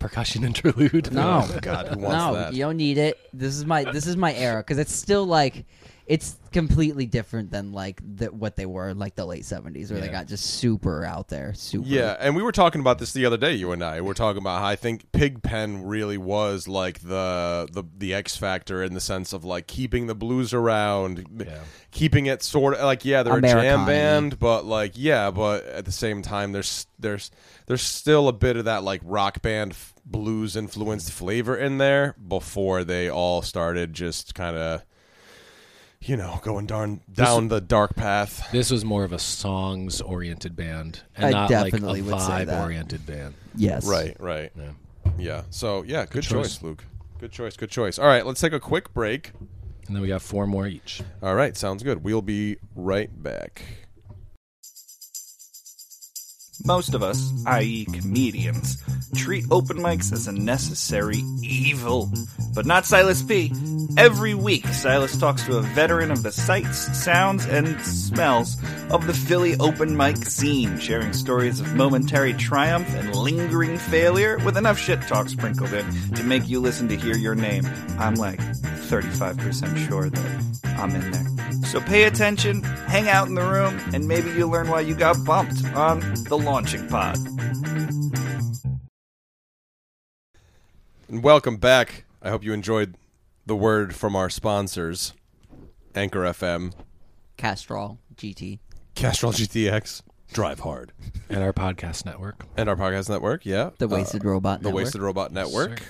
C: percussion interlude.
D: No.
B: God, who wants
D: No,
B: that?
D: you don't need it. This is my this is my era because it's still like it's completely different than like the, what they were in, like the late seventies where they
C: Yeah.
D: got just super out there. Super.
B: Yeah, and we were talking about this the other day, you and I. We are talking about how I think Pigpen really was like the the the X factor in the sense of like keeping the blues around,
C: Yeah.
B: keeping it sort of like yeah, they're a
D: Americana.
B: jam band, but like yeah, but at the same time, there's there's there's still a bit of that like rock band f- blues influenced flavor in there before they all started just kind of you know going darn down the dark path.
C: This was more of a songs oriented band and
D: I
C: not
D: definitely would
C: like a
D: say that.
C: vibe oriented band.
D: Yes.
B: Right, right.
C: Yeah.
B: Yeah. So yeah, good, choice.
C: choice.
B: Luke. Good choice. Good choice. All right, let's take a quick break.
C: And then we got four more each.
B: All right, sounds good. We'll be right back.
A: Most of us, i.e., comedians, treat open mics as a necessary evil. But not Silas P. Every week, Silas talks to a veteran of the sights, sounds, and smells of the Philly open mic scene, sharing stories of momentary triumph and lingering failure with enough shit talk sprinkled in to make you listen to hear your name. I'm like 35% sure that I'm in there. So pay attention, hang out in the room, and maybe you'll learn why you got bumped on the launching pod.
B: And welcome back. I hope you enjoyed the word from our sponsors, Anchor FM,
D: Castrol GT.
B: Castrol GTX, Drive Hard,
C: And our podcast network.
B: and our podcast network. Yeah,
D: The
B: Uh,
D: Wasted Robot.
B: the
D: Network.
B: Wasted Robot Network.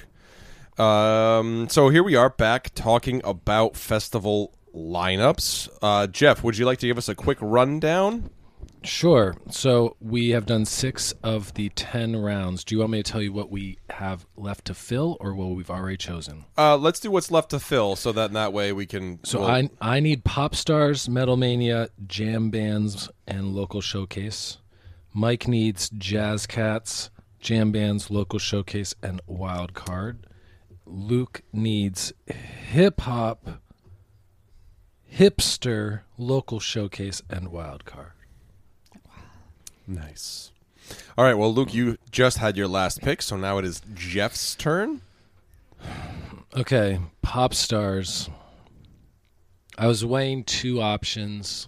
B: Um, so here we are back talking about festival lineups. Uh, Jeff, would you like to give us a quick rundown?
C: Sure. So we have done six of the ten rounds. Do you want me to tell you what we have left to fill or what we've already chosen?
B: Uh, let's do what's left to fill, so that in that way we can.
C: So
B: we'll-
C: I I need pop stars, metal mania, jam bands, and local showcase. Mike needs jazz cats, jam bands, local showcase, and wild card. Luke needs hip hop, hipster, local showcase, and wild card.
B: Nice. All right. Well, Luke, you just had your last pick, so now it is Jeff's turn.
C: Okay, pop stars. I was weighing two options.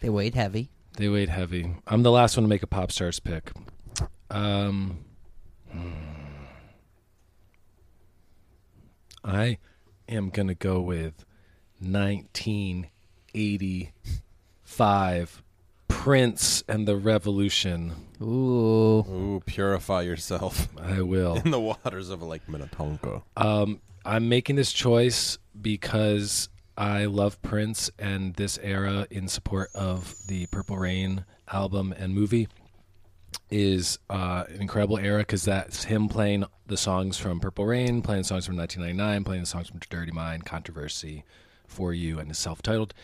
D: They weighed heavy.
C: They weighed heavy. I'm the last one to make a pop stars pick. Um, I am gonna go with 1985 Prince and the Revolution.
D: Ooh.
B: Ooh, purify yourself
C: I will.
B: in the waters of Lake Minnetonka.
C: I'm making this choice because I love Prince and this era in support of the Purple Rain album and movie is uh, an incredible era because that's him playing the songs from Purple Rain, playing songs from 1999, playing the songs from Dirty Mind, Controversy, For You, and is self-titled.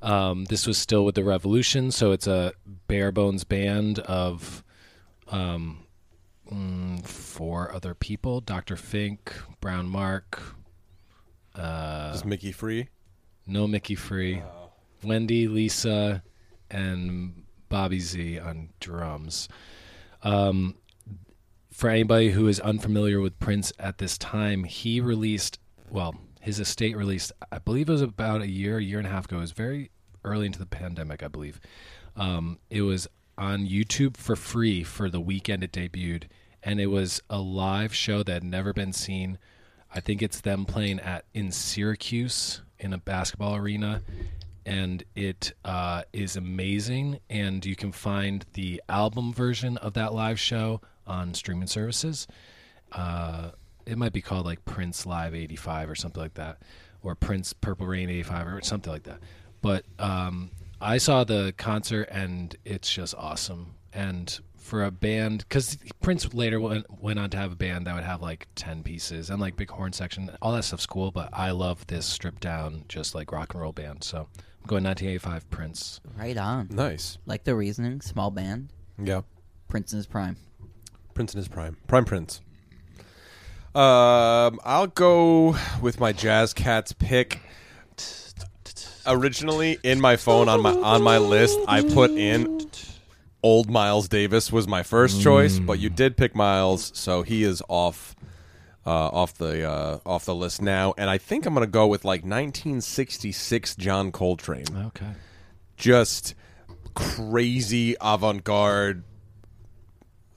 C: Um, this was still with the Revolution, so it's a bare bones band of four other people: Dr. Fink, Brown Mark, Uh,
B: is Mickey free?
C: No Mickey Free, Wendy, Lisa, and Bobby Z on drums. Um, for anybody who is unfamiliar with Prince at this time, he released, well, his estate released, I believe it was about a year, a year and a half ago. It was very early into the pandemic, I believe. Um, it was on YouTube for free for the weekend it debuted, and it was a live show that had never been seen. I think it's them playing at in Syracuse in a basketball arena, and it uh, is amazing. And you can find the album version of that live show on streaming services. Uh, it might be called like Prince Live '85 or something like that, or Prince Purple Rain '85 or something like that. But um, I saw the concert and it's just awesome. And for a band, because Prince later went, went on to have a band that would have like 10 pieces and like big horn section, all that stuff's cool. But I love this stripped down, just like rock and roll band. So I'm going 1985 Prince.
D: Right on.
B: Nice.
D: Like the reasoning, small band,
B: Yeah.
D: Prince in his prime.
B: Prince in his prime. Prime Prince. Um, I'll go with my Jazz Cats pick. Originally in my phone on my on my list, I put in old Miles Davis was my first choice, but you did pick Miles, so he is off uh, off the uh, off the list now. And I think I'm gonna go with like 1966 John Coltrane
C: Okay.
B: just crazy avant-garde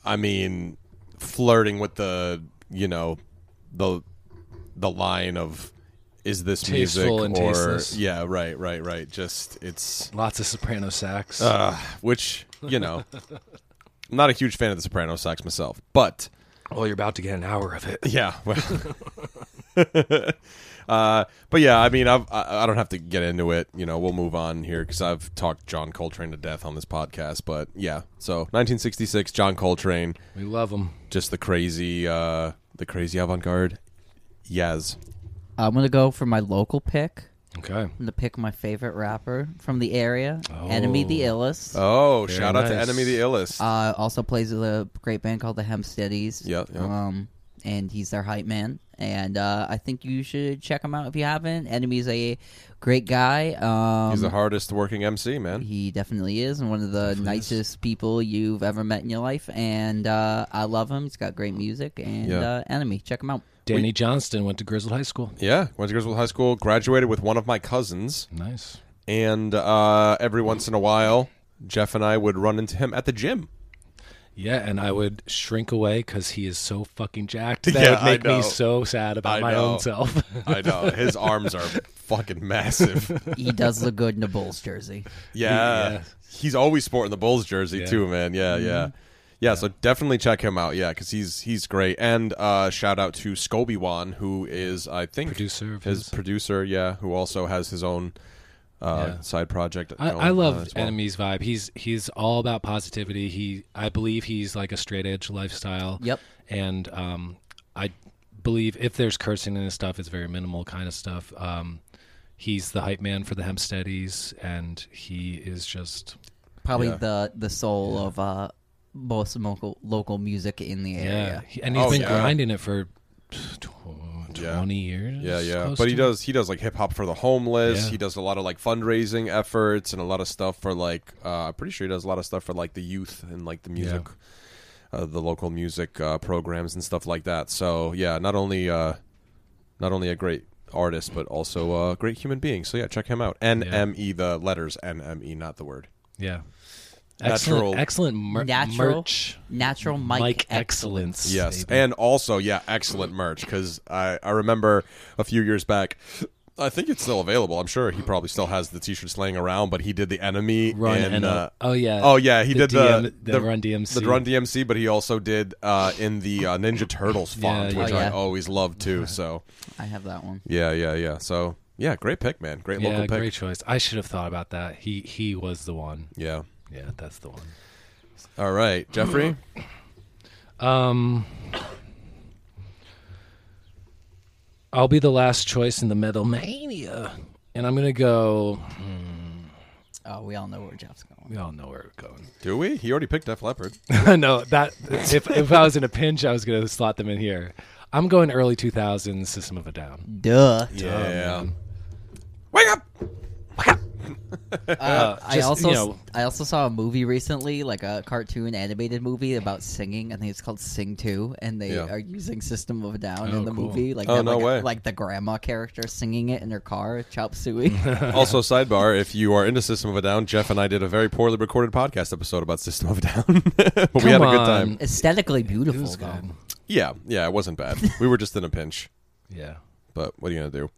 B: i mean flirting with the you know the the line of is this
C: Tasteful
B: music
C: and
B: or
C: tasteless.
B: yeah right right right just it's
C: Lots of soprano sax.
B: uh, which you know i'm not a huge fan of the soprano sax myself but
C: well, you're about to get an hour of it.
B: yeah. Well. uh, but yeah, I mean, I've, I I don't have to get into it. You know, we'll move on here because I've talked John Coltrane to death on this podcast. But yeah, so 1966, John Coltrane,
C: We love them.
B: just the crazy, uh, the crazy avant-garde. Yes.
D: I'm gonna go for my local pick.
C: Okay.
D: I'm gonna pick my favorite rapper from the area, Enemy the
C: Oh.
D: Illest.
B: Oh,
C: Very
B: shout out to
C: nice.
B: Enemy the Illest.
D: Uh, also plays with a great band called the Hempsteadies.
B: Yeah, yeah.
D: Um, and he's their hype man. And uh, I think you should check him out if you haven't. Enemy's a great guy. Um,
B: He's the hardest working MC, man.
D: He definitely is, and one of the nicest people you've ever met in your life. And uh, I love him. He's got great music. And
B: Yeah.
D: uh, Enemy, check him out.
C: Danny Johnston went to Grizzled High School.
B: Yeah, went to Griswold High School, graduated with one of my cousins,
C: Nice.
B: and uh, every once in a while, Jeff and I would run into him at the gym.
C: Yeah, and I would shrink away because he is so fucking jacked. That
B: Yeah, I
C: would make
B: know.
C: me so sad about
B: I
C: my
B: know.
C: own self.
B: I know his arms are fucking massive.
D: He does look good in a Bulls jersey.
B: Yeah.
C: Yeah.
B: he's always sporting the Bulls jersey too, man. Yeah, yeah,
C: Mm-hmm.
B: yeah. So definitely check him out. Yeah, because he's he's great. And uh, shout out to Scobie Wan, who is I think
C: Producer of
B: his
C: his-
B: producer. Yeah, who also has his own uh,
C: Yeah.
B: side project.
C: I,
B: going
C: I
B: on
C: love
B: as well.
C: Enemy's vibe. He's he's all about positivity. He I believe he's like a straight edge lifestyle.
D: Yep.
C: And um, I believe if there's cursing in his stuff, it's very minimal kind of stuff. Um, he's the hype man for the Hempsteadies, and he is just
D: Probably
B: Yeah.
D: the the soul of uh, most local local music in the
C: yeah.
D: area.
C: He- And he's
B: Oh,
C: been
B: yeah.
C: grinding it for tw-
B: Yeah.
C: twenty years.
B: Yeah, yeah.
C: close
B: But he
C: to.
B: does he does like hip hop for the homeless.
C: Yeah.
B: He does a lot of like fundraising efforts and a lot of stuff for like uh, I'm pretty sure he does a lot of stuff for like the youth and like the music, uh, the local music uh, programs and stuff like that. So yeah, not only uh, not only a great artist but also a great human being. So yeah, check him out. N M E the letters N M E, not the word.
C: Yeah.
B: Natural-
C: Excellent, excellent mer-
D: Natural
C: merch.
D: Natural Mike,
C: Mike
D: Eck.
C: excellence.
B: Yes,
C: baby.
B: and also yeah, excellent merch because I I remember a few years back. I think it's still available. I'm sure he probably still has the t-shirts laying around, but he did the enemy
C: Run
B: and,
C: and, uh,
B: uh,
C: oh, yeah.
B: oh yeah, he
C: The
B: did the,
C: DM the Run DMC.
B: the Run DMC, but he also did uh, in the uh, Ninja Turtles font,
C: yeah.
B: which
D: Oh,
B: I
D: yeah.
B: always loved too. So
D: I have that one.
B: yeah, yeah, yeah. So yeah, great pick, man. Great
C: yeah,
B: local pick.
C: great choice. I should have thought about that. He he was the one.
B: Yeah.
C: Yeah, that's the one.
B: All right, Jeffrey.
C: Um, I'll be the last choice in the Metal Mania, and I'm gonna go.
D: Oh, we all know where Jeff's going.
C: We all know where we're going.
B: Do we? He already picked Def Leppard.
C: no, that if if I was in a pinch, I was gonna slot them in here. I'm going early 2000s System of a Down.
D: Duh.
B: Yeah.
C: man.
B: Wake up!
D: Uh, I
C: just,
D: also
C: you know-
D: I also saw a movie recently, like a cartoon animated movie about singing. I think it's called Sing Two, and they
B: Yeah.
D: are using System of a Down
C: Oh,
D: in the
C: cool.
D: movie. Like
B: Oh,
D: that,
B: no
D: like,
B: way.
D: like the grandma character singing it in her car, chop suey.
B: also, sidebar: if you are into System of a Down, Jeff and I did a very poorly recorded podcast episode about System of a Down, but we had a
C: Come
B: good
C: on.
B: time.
D: Aesthetically
C: It
D: beautiful,
C: was
D: though.
C: good. Oh,
B: Yeah, yeah, it wasn't bad. we were just in a pinch,
C: Yeah.
B: but what are you gonna do?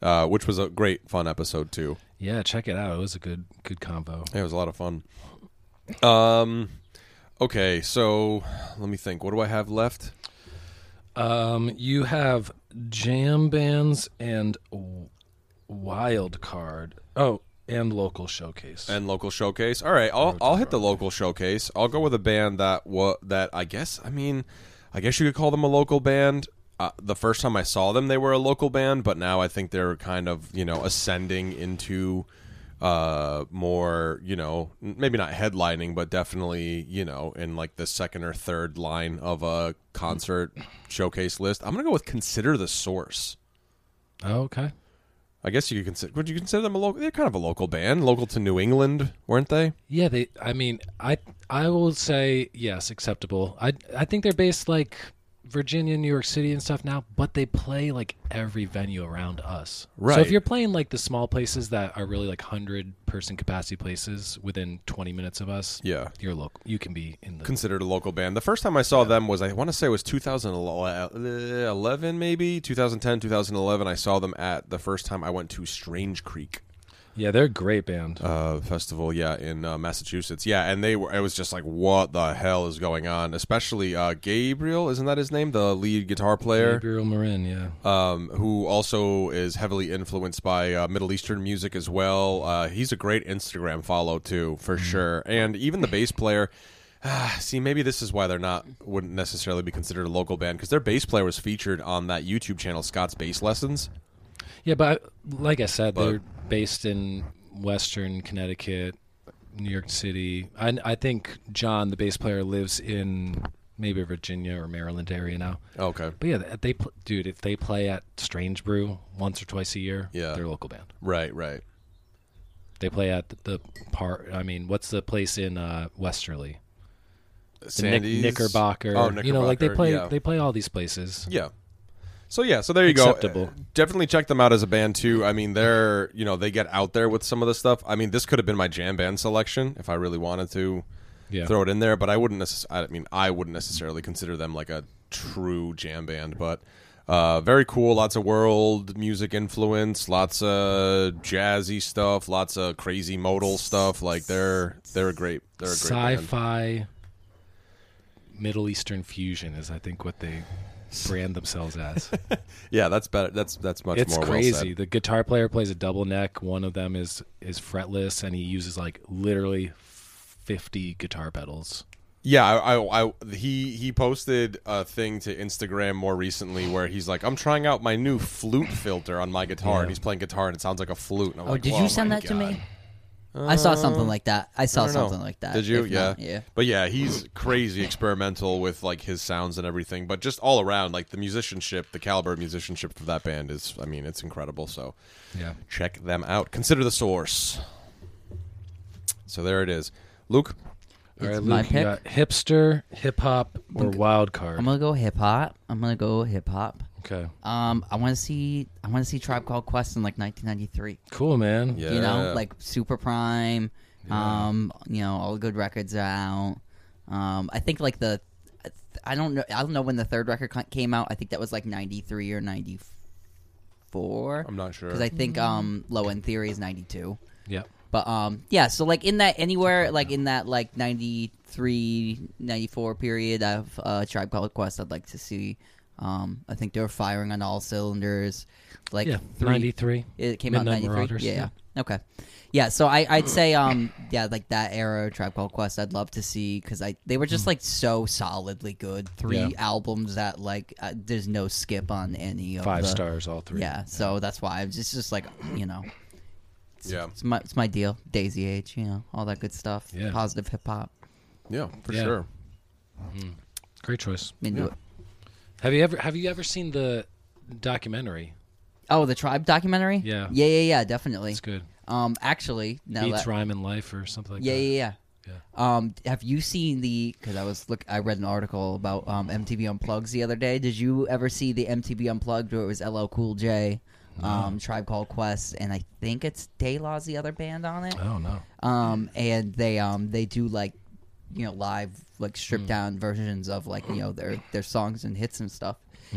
B: Uh, which was a great, fun episode too.
C: Yeah, check it out. It was a good good combo.
B: Yeah, it was a lot of fun. Um, okay, so let me think. What do I have left?
C: Um, you have jam bands and w- wild card. Oh, and local showcase.
B: And local showcase. All right, I'll I'll hit the local showcase. I'll go with a band that wa- that I guess I mean, I guess you could call them a local band. Uh, the first time I saw them, they were a local band, but now I think they're kind of you know ascending into uh more you know n- maybe not headlining but definitely you know in like the second or third line of a concert showcase list i'm gonna go with consider the source
C: oh, okay.
B: i guess you could consider would you consider them a local they're kind of a local band local to new england weren't they
C: Yeah, they. I mean, I I will say yes, acceptable. I I think they're based like Virginia, New York City, and stuff now, but they play like every venue around us. So
B: Right.
C: if you're playing like the small places that are really like hundred person capacity places within twenty minutes of us,
B: Yeah.
C: you're local. You can be in the.
B: considered a local band. The first time I saw them was I want to say it was 2011 maybe 2010 2011 I saw them at the first time I went to Strange Creek
C: yeah, they're a great band.
B: uh, festival yeah in uh, Massachusetts. Yeah, and they were it was just like what the hell is going on? Especially uh, Gabriel, isn't that his name? The lead guitar player
C: Gabriel Marin. Yeah.
B: um, who also is heavily influenced by uh, Middle Eastern music as well. Uh, he's a great Instagram follow too, for
C: Mm-hmm.
B: sure. And even the bass player. ah, See, maybe this is why they're not wouldn't necessarily be considered a local band because their bass player was featured on that YouTube channel, Scott's Bass Lessons.
C: Yeah, but like I said,
B: But-
C: they're based in Western Connecticut, New York City. I, I think John, the bass player, lives in maybe Virginia or Maryland area now.
B: Okay,
C: But yeah, they, they pl- dude, if they play at Strange Brew once or twice a year,
B: Yeah.
C: they're a local band.
B: right, right.
C: They play at the, the part. I mean, what's the place in uh, Westerly? The Knick-
B: Sandy's
C: Knickerbocker.
B: Oh,
C: You know, like they
B: Knickerbocker,
C: play.
B: yeah.
C: They play all these places.
B: Yeah. So yeah, so there you
C: Acceptable.
B: go. Uh, Definitely check them out as a band too. I mean, they're you know they get out there with some of the stuff. I mean, this could have been my jam band selection if I really wanted to
C: Yeah.
B: throw it in there, but I wouldn't. Necess- I mean, I wouldn't necessarily consider them like a true jam band, but uh, very cool. Lots of world music influence, lots of jazzy stuff, lots of crazy modal stuff. Like they're they're a great they're a great band.
C: Sci-fi, Middle Eastern fusion is, I think, what they brand themselves as.
B: Yeah, that's better. That's that's much
C: it's
B: more Well
C: crazy.
B: said.
C: the guitar player plays a double neck. One of them is is fretless, and he uses like literally fifty guitar pedals.
B: Yeah, I, I, I, he he posted a thing to Instagram more recently where he's like, "I'm trying out my new flute filter on my guitar," and he's playing guitar and it sounds like a flute. And I'm
D: Oh,
B: like,
D: did
B: "Whoa,
D: you send
B: my
D: that to
B: God."
D: me? I saw something like that. I saw
B: don't know.
D: something like that.
B: Did you?
D: If
B: Yeah.
D: not- yeah.
B: But yeah, he's crazy experimental with like his sounds and everything. But just all around, like the musicianship, the caliber of musicianship for that band is, I mean, it's incredible. So
C: Yeah.
B: check them out. Consider the source. So there it is, Luke.
C: All right,
D: It's
C: Luke,
D: my
C: you
D: pick.
C: got hipster, hip hop, or wild card.
D: I'm gonna go hip hop. I'm gonna go hip hop.
C: okay.
D: Um, I want to see. I want to see Tribe Called Quest in like 1993.
C: Cool, man.
B: Yeah.
D: You know, like Super Prime. Um, you know, all the good records are out. Um, I think like the, I don't know. I don't know when the third record co- came out. I think that was like 93 or 94.
B: I'm not sure.
D: because I think um, Low End Theory is 92.
C: Yeah.
D: But um, yeah, so like in that anywhere, like in that like 93, 94 period of uh, Tribe Called Quest, I'd like to see. Um, I think they were firing on all cylinders. Like
C: Yeah.
D: three-
C: Ninety-three.
D: It came out
C: Midnight
D: in 93.
C: Marauders,
D: Yeah, yeah. Okay. Yeah, so I, I'd say um, yeah, like that era of Tribe Called Quest, I'd love to see because I they were just like so solidly good. Three
C: Mm. Yeah.
D: albums that like uh, there's no skip on any of
C: Five
D: the-
C: stars, all three.
D: yeah, so that's why I'm just, just like you know,
B: yeah,
D: it's my it's my deal. Daisy Age, you know, all that good stuff.
C: Yeah.
D: Positive hip hop.
B: yeah, for
C: Yeah.
B: sure.
C: Great choice.
D: Into
B: Yeah.
D: it.
C: Have you ever Have you ever seen the documentary?
D: Oh, the tribe documentary.
C: Yeah.
D: Yeah, yeah, yeah. Definitely.
C: It's good.
D: Um, actually, now
C: Beats
D: that,
C: rhyme and life or something like
D: yeah,
C: that.
D: yeah, yeah, Um, have you seen the? Because I was look, I read an article about um, MTV Unplugs the other day. Did you ever see the MTV Unplugged where it was LL Cool J, um, Tribe Called Quest, and I think it's De La's the other band on it.
C: I don't know.
D: Um, and they um they do like, you know, live like stripped down versions of like you know their their songs and hits and stuff.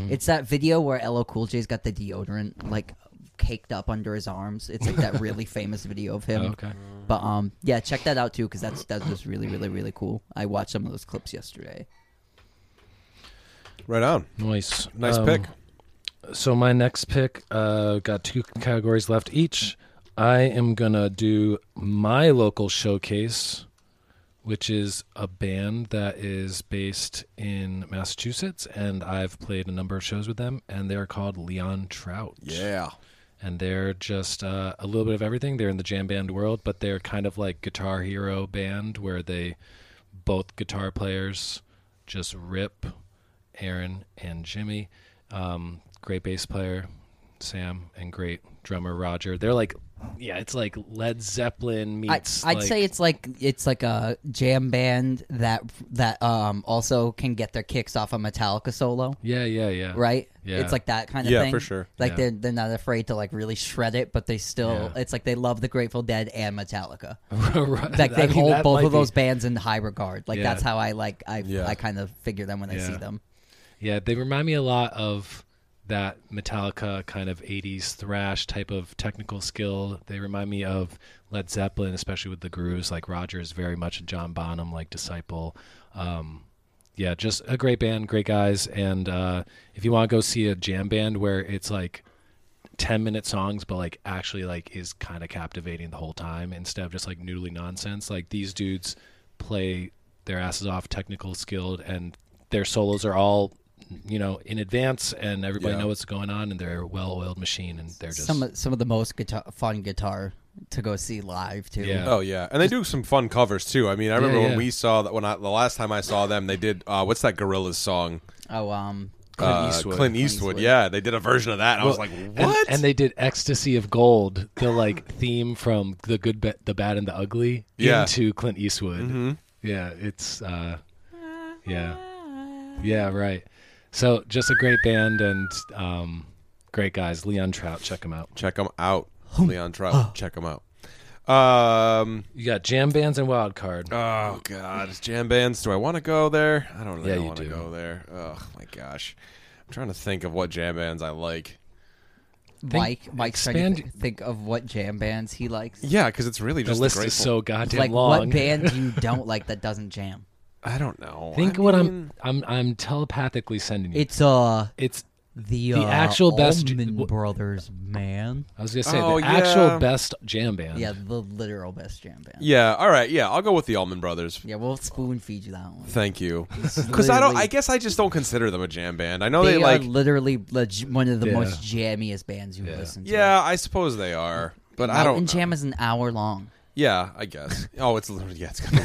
D: It's that video where LL Cool J's got the deodorant like caked up under his arms. It's like that really famous video of him.
C: Oh, okay.
D: But um, yeah, check that out too because that's that's just really really really cool. I watched some of those clips yesterday.
B: Right on.
C: Nice.
B: Nice
C: Um,
B: pick.
C: So my next pick uh, got two categories left each. I am gonna do my local showcase, which is a band that is based in Massachusetts, and I've played a number of shows with them, and they're called Leon Trout.
B: Yeah.
C: and they're just uh, a little bit of everything. They're in the jam band world, but they're kind of like Guitar Hero band, where they both guitar players just rip. Aaron and Jimmy, um, great bass player Sam, and great drummer Roger. They're like, yeah, it's like Led Zeppelin
D: I,
C: meets.
D: I'd
C: like-
D: say it's like it's like a jam band that that um also can get their kicks off a Metallica solo.
C: yeah, yeah, yeah,
D: right?
C: Yeah.
D: It's like that kind of
B: Yeah,
D: thing.
B: for sure.
D: Like
C: Yeah.
D: they're they're not afraid to like really shred it, but they still
C: Yeah.
D: it's like they love the Grateful Dead and Metallica.
C: Right.
D: Like they
C: I mean,
D: hold
C: that
D: both
C: might
D: of those
C: be-
D: bands in high regard. Like
C: Yeah.
D: that's how I like I
B: Yeah.
D: I kind of figure them when I see
C: Yeah.
D: them.
C: Yeah, they remind me a lot of that Metallica kind of 80s thrash type of technical skill. They remind me of Led Zeppelin, especially with the grooves. Like Roger is very much a John Bonham like disciple. Um, yeah, just a great band, great guys. And uh, if you want to go see a jam band where it's like 10 minute songs but like actually like is kind of captivating the whole time instead of just like noodly nonsense like these dudes play their asses off technical skilled and their solos are all you know in advance and everybody
B: Yeah.
C: knows what's going on and they're a well-oiled machine and they're just
D: Some of- some of the most guitar, fun guitar to go see live too.
C: Yeah.
B: Oh yeah, and they do some fun covers too. I mean, I remember
C: yeah.
B: when we saw that when I, the last time I saw them, they did uh, what's that Gorillas song?
D: Oh um
C: Clint
B: Uh,
C: Eastwood.
B: Clint Eastwood.
D: Eastwood.
B: Yeah, they did a version of that. and I was like,
C: And-
B: what?
C: And, they did "Ecstasy of Gold," the like theme from the good, Ba- the bad, and the ugly,
B: Yeah.
C: into Clint Eastwood. Yeah, it's uh,
D: Uh-huh.
C: yeah, yeah, right. So just a great band and um, great guys. Leon Trout, check him out.
B: check them out, Leon Trout. check them out. Um.
C: You got jam bands and wild card.
B: Oh God, it's jam bands. Do I want to go there? I don't really
C: Yeah, you
B: want to
C: do.
B: go there. Oh my gosh, I'm trying to think of what jam bands I like.
D: Mike Mike's trying to
C: expand-
D: th- think of what jam bands he likes.
B: Yeah, because it's really
C: the
B: just
C: list
B: Grateful-
C: is so goddamn
D: Like
C: long.
D: what band do you don't like that doesn't jam?
B: I don't know.
C: Think
B: I
C: what
B: mean,
C: I'm I'm I'm telepathically sending you.
D: It's uh
C: it's
D: the,
C: The
D: uh,
C: actual best-
D: Allman
C: w-
D: Brothers man.
C: I was gonna say
B: Oh,
C: the actual
B: yeah.
C: best jam band.
D: Yeah, the literal best jam band.
B: Yeah. All right. Yeah, I'll go with the Allman Brothers.
D: Yeah, we'll spoon feed you that one.
B: Thank you. Because I don't.
D: literally-
B: I guess I just don't consider them a jam band. I know
D: They,
B: they, like.
D: are literally leg- one of the
C: Yeah.
D: most jammiest bands you listen to.
B: yeah, I suppose they are, but I
D: Mountain
B: don't. know.
D: Jam is an hour long.
B: Yeah, I guess. Oh, it's literally. Yeah, it's gonna,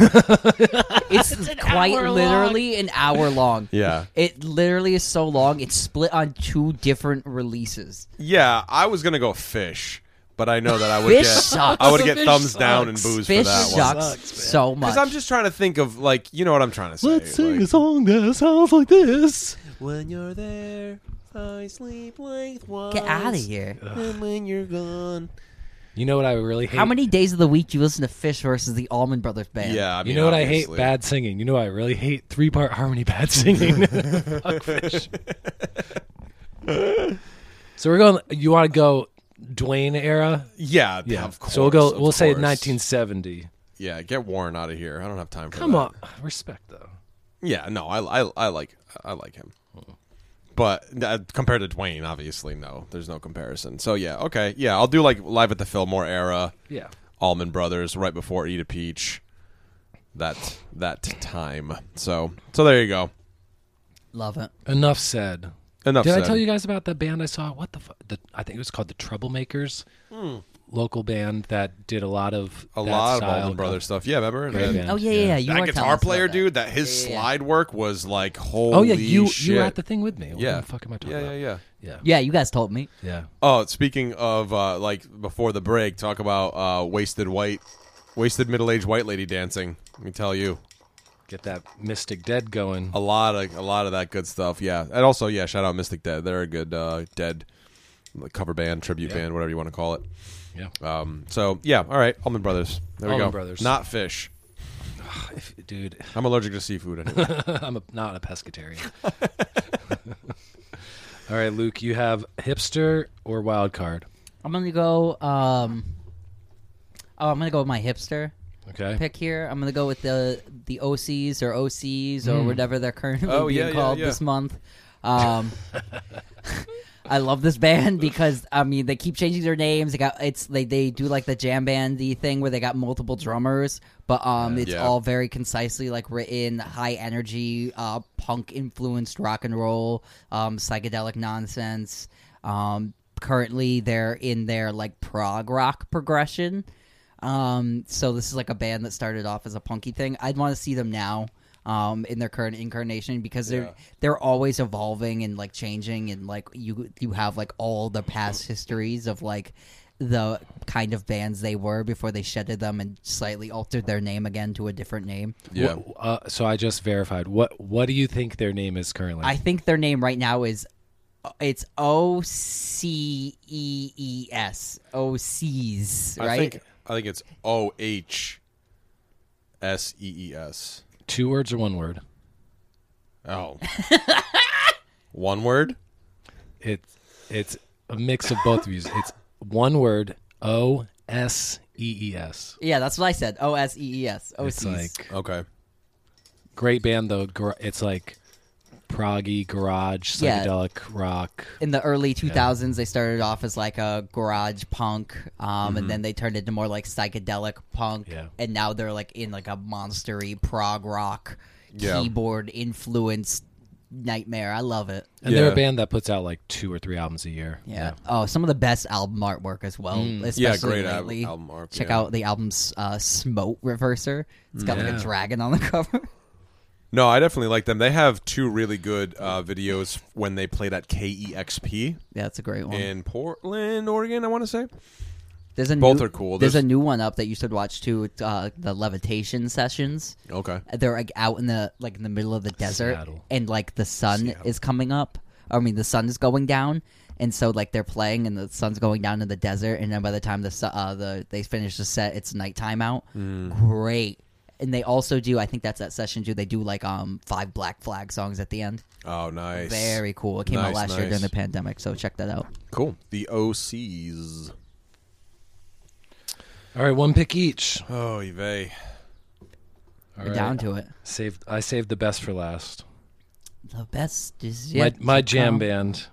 D: It's, quite literally an hour long.
B: yeah.
D: It literally is so long. It's split on two different releases.
B: Yeah, I was gonna go fish, but I know that I would
D: Fish
B: get.
D: sucks.
B: I would
C: The
B: get
C: fish
B: thumbs down and
C: sucks.
B: booze
D: Fish
B: for that one.
D: sucks,
C: Sucks, man.
D: so much.
B: Because I'm just trying to think of like you know what I'm trying to say.
C: Let's sing
B: like-
C: a song that sounds like this.
E: When you're there, I sleep lengthwise.
D: Get out of here.
E: And when you're gone,
C: You know what I really hate?
D: How many days of the week do you listen to Fish versus the Allman Brothers band?
B: Yeah, I mean,
C: you know what I hate?
B: obviously.
C: Bad singing. You know what I really hate? Three part harmony bad singing. Fuck fish. so we're going. You want to go Dwayne era?
B: Yeah,
C: Yeah.
B: of course.
C: so we'll go.
B: of
C: We'll say
B: course.
C: 1970.
B: Yeah, get Warren out of here. I don't have time for
C: Come
B: that.
C: on, respect though.
B: Yeah, no, I, I, I like I like him, but uh, compared to Dwayne, obviously, no, there's no comparison. So yeah, okay, yeah, I'll do like live at the Fillmore era,
C: Yeah.
B: Allman Brothers, right before Eat a Peach, that that time. So so there you go.
D: Love it.
C: Enough said.
B: Enough.
C: Did I
B: said.
C: tell you guys about that band I saw? What the fuck? I think it was called the Troublemakers. local band that did a lot of
B: Hmm. a
C: that
B: lot of
C: style
B: Allman Brothers stuff. Yeah, remember
C: Great
B: that,
C: band.
D: Oh yeah, yeah.
C: Yeah.
D: yeah. You
B: that
D: were telling
B: guitar
D: us about
B: player
D: that.
B: dude? That his
D: Yeah, yeah, yeah.
B: slide work was like holy.
C: Oh yeah, you
B: shit.
C: you were at the thing with me. What
B: yeah.
C: the fuck am I talking
B: yeah,
C: about?
B: Yeah, yeah,
C: yeah,
D: Yeah, you guys told me.
C: yeah.
B: Oh, speaking of uh, like before the break, talk about uh, wasted white, wasted middle-aged white lady dancing. Let me tell you,
C: Get that Mystic Dead going.
B: a
D: Oh.
B: lot of a lot of that good stuff. Yeah, and also yeah, shout out Mystic Dead. They're a good uh, dead cover band, tribute
C: Yeah.
B: band, whatever you want to call it.
C: Yeah.
B: Um, so yeah, all right, Almond Brothers. There we
C: Allman
B: go.
C: Brothers.
B: Not fish.
C: If- Dude,
B: I'm allergic to seafood. Anyway.
C: I'm a, not a pescatarian. All right, Luke, you have hipster or wild card.
D: I'm gonna go. Um, oh, I'm gonna go with my hipster
C: Okay.
D: pick here. I'm gonna go with the the OCs or OCs or whatever they're currently
B: Hmm. Oh,
D: being
B: yeah, yeah,
D: called
B: yeah.
D: this month. Um, I love this band because I mean they keep changing their names. They got it's they they do like the jam bandy thing where they got multiple drummers, but um it's
B: Yeah.
D: all very concisely like written, high energy, uh, punk influenced rock and roll, um, psychedelic nonsense. Um, currently they're in their like prog rock progression. Um, so this is like a band that started off as a punky thing. I'd want to see them now. Um, in their current incarnation because they're they're always evolving and like changing and like you you have like all the past histories of like the kind of bands they were before they shedded them and slightly altered their name again to a different name.
B: yeah.
C: Wh- Uh, so I just verified. What What do you think their name is currently?
D: I think their name right now is uh, it's O C E E S O C's
B: I
D: right.
B: think I think it's O H S E E S.
C: Two words or one word?
B: Oh. One word?
C: It's It's a mix of both of you. It's one word. O S E E S.
D: yeah, that's what I said. O S E E S O
C: It's
D: C's.
C: like
B: Okay.
C: great band though. Gar- It's like proggy garage
D: Yeah.
C: psychedelic rock.
D: in the early 2000s they started off as like a garage punk um, and then they turned into more like psychedelic punk
C: Yeah.
D: and now they're like in like a monstery prog rock
B: Yeah.
D: keyboard influenced nightmare i love it
C: And they're
B: Yeah.
C: a band that puts out like two or three albums a year.
D: yeah. Oh, some of the best album artwork as well. Especially
B: Mm. Yeah, great al-
D: lately.
B: album art,
D: Check
B: yeah.
D: out the album's uh, Smote Reverser. It's got like
C: Yeah.
D: a dragon on the cover.
B: No, I definitely like them. They have two really good uh, videos when they played at KEXP
D: yeah, it's a great one.
B: E in Portland, Oregon, I want to say.
D: There's a
B: Both
D: new,
B: are cool.
D: There's,
B: There's-
D: a new one up that you should watch too. It's, Uh, the levitation sessions.
B: Okay.
D: They're like out in the like in the middle of the desert,
C: Seattle.
D: and like the sun is coming up. I mean, the sun is going down, and so like they're playing, and the sun's going down in the desert. And then by the time the su- uh, the they finish the set, it's nighttime out.
C: Mm.
D: Great. And they also do. I think that's that session too. They do like um five Black Flag songs at the end.
B: Oh, nice.
D: Very cool. It came out
B: Nice,
D: last year
B: nice.
D: during the pandemic, so check that out.
B: cool. The OCs.
C: All right, one pick each.
B: Oh, Yve.
C: All
D: We're
C: right.
D: down to it.
C: Saved. I saved the best for last.
D: The best is yet
C: my my
D: to
C: jam
D: come.
C: band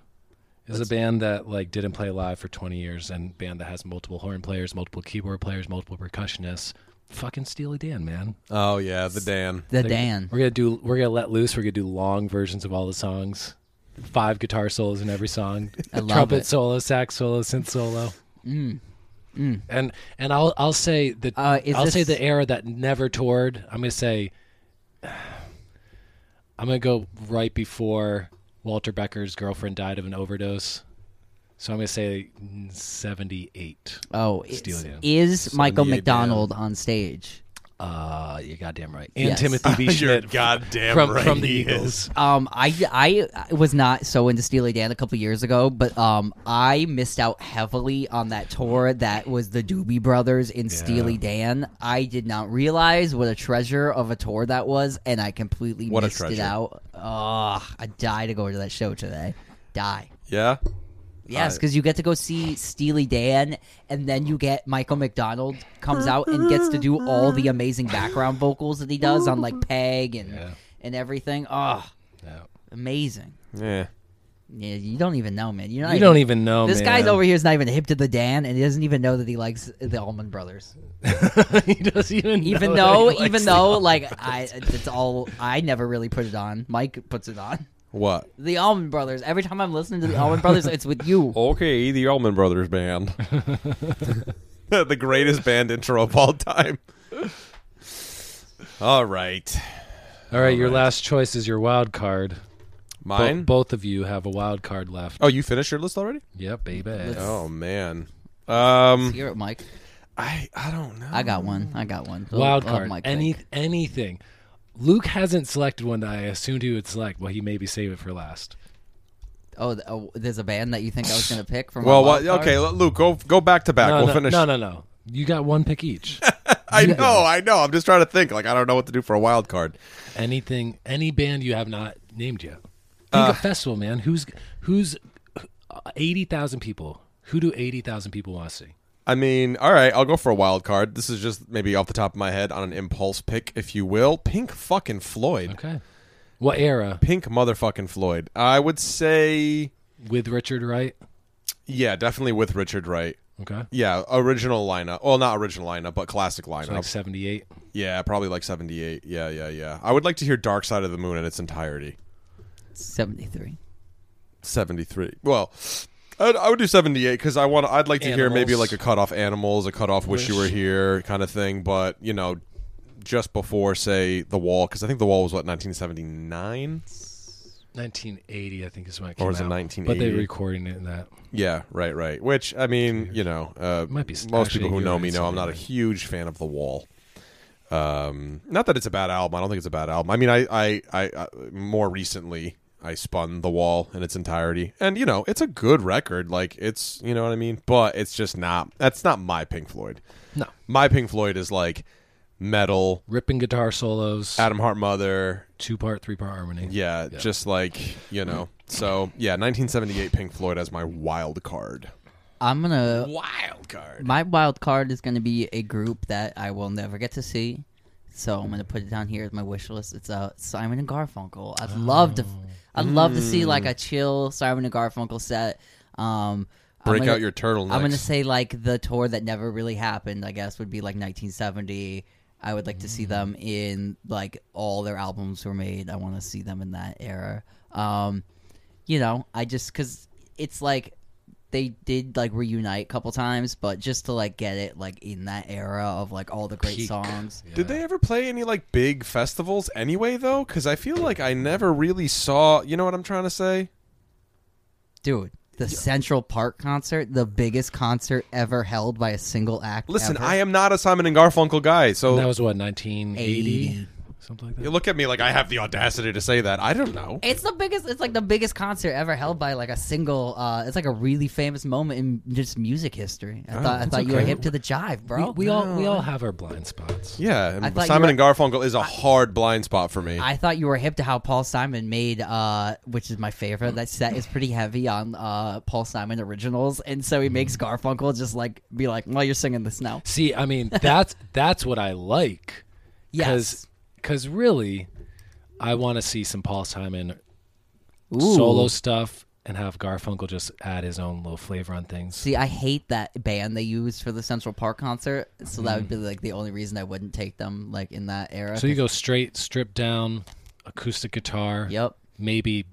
C: is a band that like didn't play live for 20 years, and band that has multiple horn players, multiple keyboard players, multiple percussionists. Fucking Steely Dan, man.
B: Oh, yeah, the Dan.
D: The
C: Like,
D: Dan.
C: We're gonna do. We're gonna let loose. We're gonna do long versions of all the songs. Five guitar solos in every song.
D: I love
C: Trumpet
D: it. Mm,
C: solo, sax solo, synth solo. And and I'll I'll say the
D: Uh, is
C: I'll say
D: this-
C: the era that never toured. I'm gonna say I'm gonna go right before Walter Becker's girlfriend died of an overdose. So I'm gonna say 78.
D: Oh, it's,
C: Dan.
D: is Michael
B: 78 Dan.
D: McDonald on stage? Ah,
C: Uh, you're goddamn right. And
D: Yes.
C: Timothy B.
B: You're
C: Schmidt
B: goddamn
C: from
B: right
C: from the
B: he
C: Eagles.
B: is.
D: Um, I, I was not so into Steely Dan a couple years ago, but um, I missed out heavily on that tour that was the Doobie Brothers in Steely Dan. I did not realize what a treasure of a tour that was, and I completely
B: What a
D: missed it
B: treasure.
D: out. Ugh, I die to go to that show today. Die.
B: Yeah?
D: Yes,
B: I-
D: because you get to go see Steely Dan, and then you get Michael McDonald comes out and gets to do all the amazing background vocals that he does on like Peg and
C: Yeah.
D: and everything. Oh,
C: Yeah.
D: amazing!
B: Yeah.
D: Yeah, you don't even know, man. You're not
C: You don't even know.
D: This guy's
C: man.
D: over here is not even hip to the Dan, and he doesn't even know that he likes the Allman Brothers.
C: he doesn't even
D: Even
C: know
D: though,
C: that he likes
D: even
C: the
D: though,
C: Allman
D: like
C: Brothers.
D: I, it's all I never really put it on. Mike puts it on.
B: What?
D: The Allman Brothers. Every
B: Oh,
D: time I'm listening to the Allman Brothers, it's with you.
B: Okay, the Allman Brothers Band. the greatest band intro of all time. All right,
C: All right, your last choice is your wild card. Bo-
B: mine.
C: both of you have a wild card left.
B: oh, you finished your list already?
C: Yep, baby.
B: Oh man, um,
D: Hear it, Mike.
B: I I don't know.
D: I got one. I got one.
C: wild
D: Love
C: card.
D: Mike
C: Any
D: pick.
C: anything. Luke hasn't selected one that I assumed he would select. Well, he maybe save it for last.
D: Oh, th- oh, there's a band that you think I was gonna pick from.
B: Well,
D: my wild
B: well okay,
D: card?
B: l- Luke, go go back to back.
C: No,
B: we'll
C: no,
B: finish.
C: no, no, no. You got one pick each.
B: I know, I know. I'm just trying to think. Like I don't know what to do for a wild card.
C: anything, any band you have not named yet. Think
B: Uh,
C: a festival, man. Who's who's uh, eighty thousand people? Who do eighty thousand people want to see?
B: I mean, all right, I'll go for a wild card. This is just maybe off the top of my head on an impulse pick, if you will. Pink fucking Floyd.
C: Okay. What era?
B: Pink motherfucking Floyd. I would say,
C: With Richard Wright.
B: yeah, definitely with Richard Wright.
C: Okay.
B: Yeah, original lineup. Well, not original lineup, but classic lineup.
C: Like seventy eight.
B: yeah, probably like 78. Yeah, yeah, yeah. I would like to hear Dark Side of the Moon in its entirety.
D: seventy-three.
B: 73. Well, I'd, I would do 78 because I want. I'd like to hear maybe
C: Animals.
B: like a cut off animals, a cut off wish, you were
C: Wish.
B: here kind of thing. But you know, just before say the wall because I think the wall was what 1979.
C: 1980, I think is when it came
B: Or is it
C: out.
B: 1980?
C: But they're recording it in that.
B: Yeah, right, right. Which I mean, you know, uh,
C: Might be-
B: most
C: actually,
B: people who
C: you're
B: know
C: right,
B: me know I'm
C: something
B: not a
C: like-
B: huge fan of the wall. Um, not that it's a bad album. I don't think it's a bad album. I mean, I, I, I, I more recently I spun the wall in its entirety, and you know, it's a good record. Like it's, you know what I mean. But it's just not. That's not my Pink Floyd.
C: No.
B: My Pink Floyd is like metal,
C: Ripping guitar solos,
B: Adam Hart Mother.
C: two part, three part harmony.
B: Yeah, just like you know. So yeah, 1978 Pink Floyd as my wild card.
D: I'm gonna.
B: Wild card.
D: My wild card is gonna be a group that I will never get to see, so I'm gonna put it down here as my wish list. It's uh Simon and Garfunkel. I'd love to. I'd love to see
B: Oh.
D: like a chill Simon and Garfunkel set. Um, I'm
B: Break
D: gonna-
B: out your turtlenecks.
D: I'm gonna say like the tour that never really happened. I guess would be like 1970. I would like to see them
B: Mm.
D: in like all their albums were made. I want to see them in that era. Um, you know, I just because it's like they did like reunite a couple times, but just to like get it like in that era of like all the great
C: Peak.
D: songs.
B: Did they ever play any like big festivals anyway though? Cuz I feel like I never really saw, you know what I'm trying to say?
D: Dude, the Central Park concert, the biggest concert ever held by a single act.
B: Listen,
D: ever.
B: I am not a Simon and Garfunkel guy. So
C: And that was what 1980,
D: 80.
C: something like
B: you
C: that.
B: look at me like I have the audacity to say that. I don't know.
D: It's the biggest. It's like the biggest concert ever held by like a single. Uh, it's like a really famous moment in just music history. I thought I thought you were hip to the jive, bro.
C: Oh, We, we all we all have our blind spots.
B: Yeah,
D: I
B: and
D: thought you
B: Simon
D: were-
B: and Garfunkel is a hard blind spot for me.
D: I thought you were hip to how Paul Simon made, uh, which is my favorite. That set is pretty heavy on uh, Paul Simon originals, and so he makes
C: Mm.
D: Garfunkel just like be like, "Well, you're singing this now."
C: See, I mean, that's that's what I like.
D: Yes.
C: Because really, I want to see some Paul Simon
D: Ooh.
C: solo stuff and have Garfunkel just add his own little flavor on things.
D: See, I hate that band they used for the Central Park concert, so that would be like the only reason I wouldn't take them like in that era.
C: Mm. so you go straight, stripped down, acoustic guitar.
D: Yep.
C: Maybe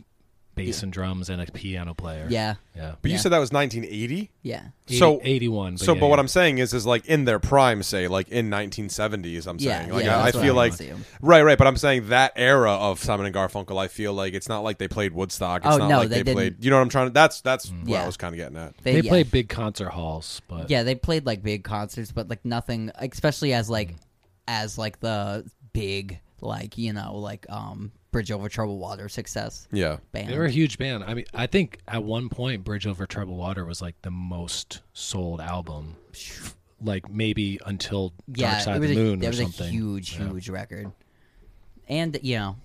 C: bass and drums and a piano player.
D: Yeah.
C: Yeah.
B: but you
D: yeah.
B: said that was 1980?
D: Yeah.
B: So
C: 81. But
B: so
C: yeah,
B: but what
C: yeah.
B: I'm saying is is like in their prime say like in 1970s I'm
D: Yeah,
B: saying like
D: yeah,
B: I, I
D: that's what
B: feel
D: I
B: like
D: wanna see 'em.
B: right right but I'm saying that era of Simon and Garfunkel I feel like it's not like they played Woodstock it's
D: Oh,
B: not
D: no,
B: like
D: they
B: played
D: didn't. Mm.
B: you know what I'm trying to that's that's what I
D: Yeah.
B: was kind of getting at
C: they
D: yeah.
C: play big concert halls, but
D: Yeah, they played like big concerts, but like nothing, especially as like as like the big like you know like um Bridge over Troubled Water success
B: yeah
D: band.
C: they were a huge band. I mean, I think at one point Bridge Over Troubled Water was like the most sold album, like maybe until Dark
D: yeah, it
C: Side of
D: was
C: the
D: a,
C: Moon
D: that
C: or
D: was
C: something.
D: a huge, huge record, and you know.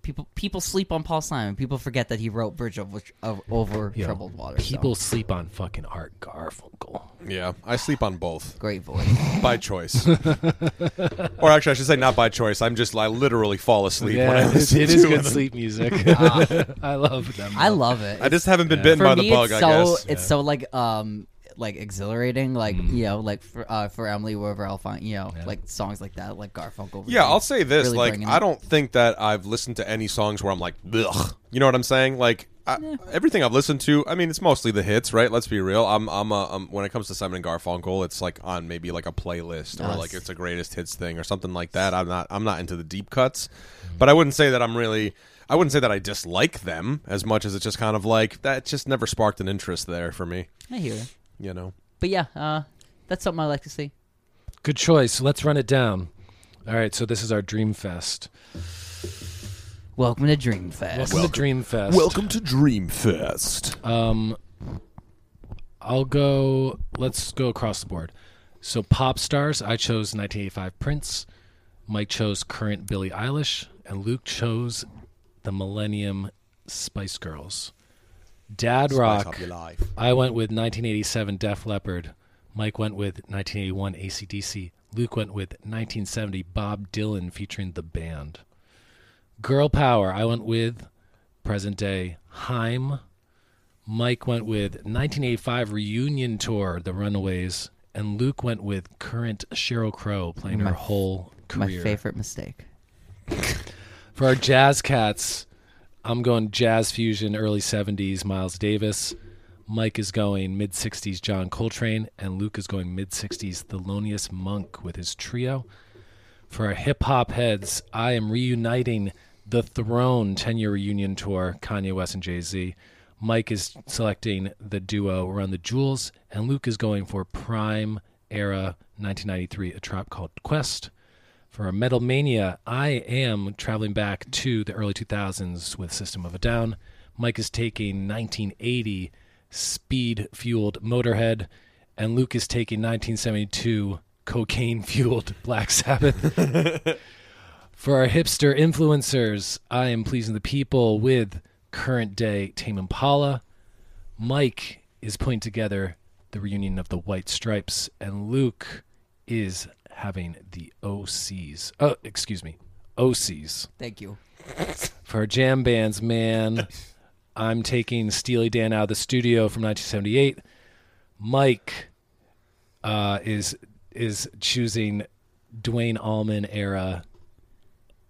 D: People, people sleep on Paul Simon. People forget that he wrote Bridge over, of, over
C: Yo,
D: Troubled Water. so.
C: People sleep on fucking Art Garfunkel.
B: yeah I sleep on both
D: great voice.
B: by choice or actually I should say not by choice I'm just I literally fall asleep when I
C: Yeah, it,
B: listen
C: it
B: to
C: is good
B: them.
C: sleep music. I love them.
D: Ah. I love it.
B: I just haven't been bitten by the bug
D: it's
B: I
D: so
B: guess Mm-hmm.
D: it's so like um like exhilarating like you know like for uh, for Emily Wherever I'll find you know like songs like that like Garfunkel.
B: yeah I'll say this
D: really
B: like
D: bringing
B: I
D: it.
B: don't think that I've listened to any songs where I'm like Blech. you know what I'm saying like I, everything I've listened to, I mean, it's mostly the hits, right? Let's be real. I'm, I'm, a, um, when it comes to Simon and Garfunkel, it's like on maybe like a playlist or
D: Nice.
B: like it's a greatest hits thing or something like that. I'm not, I'm not into the deep cuts,
D: Mm-hmm.
B: but I wouldn't say that I'm really, I wouldn't say that I dislike them as much as it's just kind of like that. Just never sparked an interest there for me,
D: I hear it.
B: you know.
D: But yeah, uh, that's something I like to see.
C: Good choice. Let's run it down. All right, so this is our Dream Fest.
D: Welcome to Dream Fest.
C: Welcome, to Dream Fest.
B: to Dreamfest.
C: Um, I'll go. Let's go across the board. So pop stars, I chose 1985 Prince. Mike chose current Billie Eilish, and Luke chose the Millennium Spice Girls. Dad rock.
B: Up your life.
C: I went with 1987 Def Leppard. Mike went with 1981 ACDC. Luke went with 1970 Bob Dylan featuring the band. Girl Power. I went with present day Heim. Mike went with 1985 Reunion Tour, The Runaways. And Luke went with current Cheryl Crow playing her whole
D: My
C: career.
D: favorite mistake.
C: For our jazz cats, I'm going jazz fusion, early 70s, Miles Davis. Mike is going mid 60s, John Coltrane. And Luke is going mid 60s, Thelonious Monk with his trio. For our hip hop heads, I am reuniting the Throne 10 year reunion tour, Kanye West and Jay Z. Mike is selecting the duo Run the Jewels, and Luke is going for Prime Era 1993, A Trap Called Quest. For our Metal Mania, I am traveling back to the early 2000s with System of a Down. Mike is taking 1980 speed fueled Motorhead, and Luke is taking 1972 cocaine fueled Black Sabbath. For our hipster influencers, I am pleasing the people with current day Tame Impala. Mike is putting together the reunion of the White Stripes, and Luke is having the OCs. Oh, excuse me, OCs
D: Thank you.
C: for jam bands. Man, I'm taking Steely Dan out of the studio from 1978. Mike uh, is is choosing Dwayne Allman era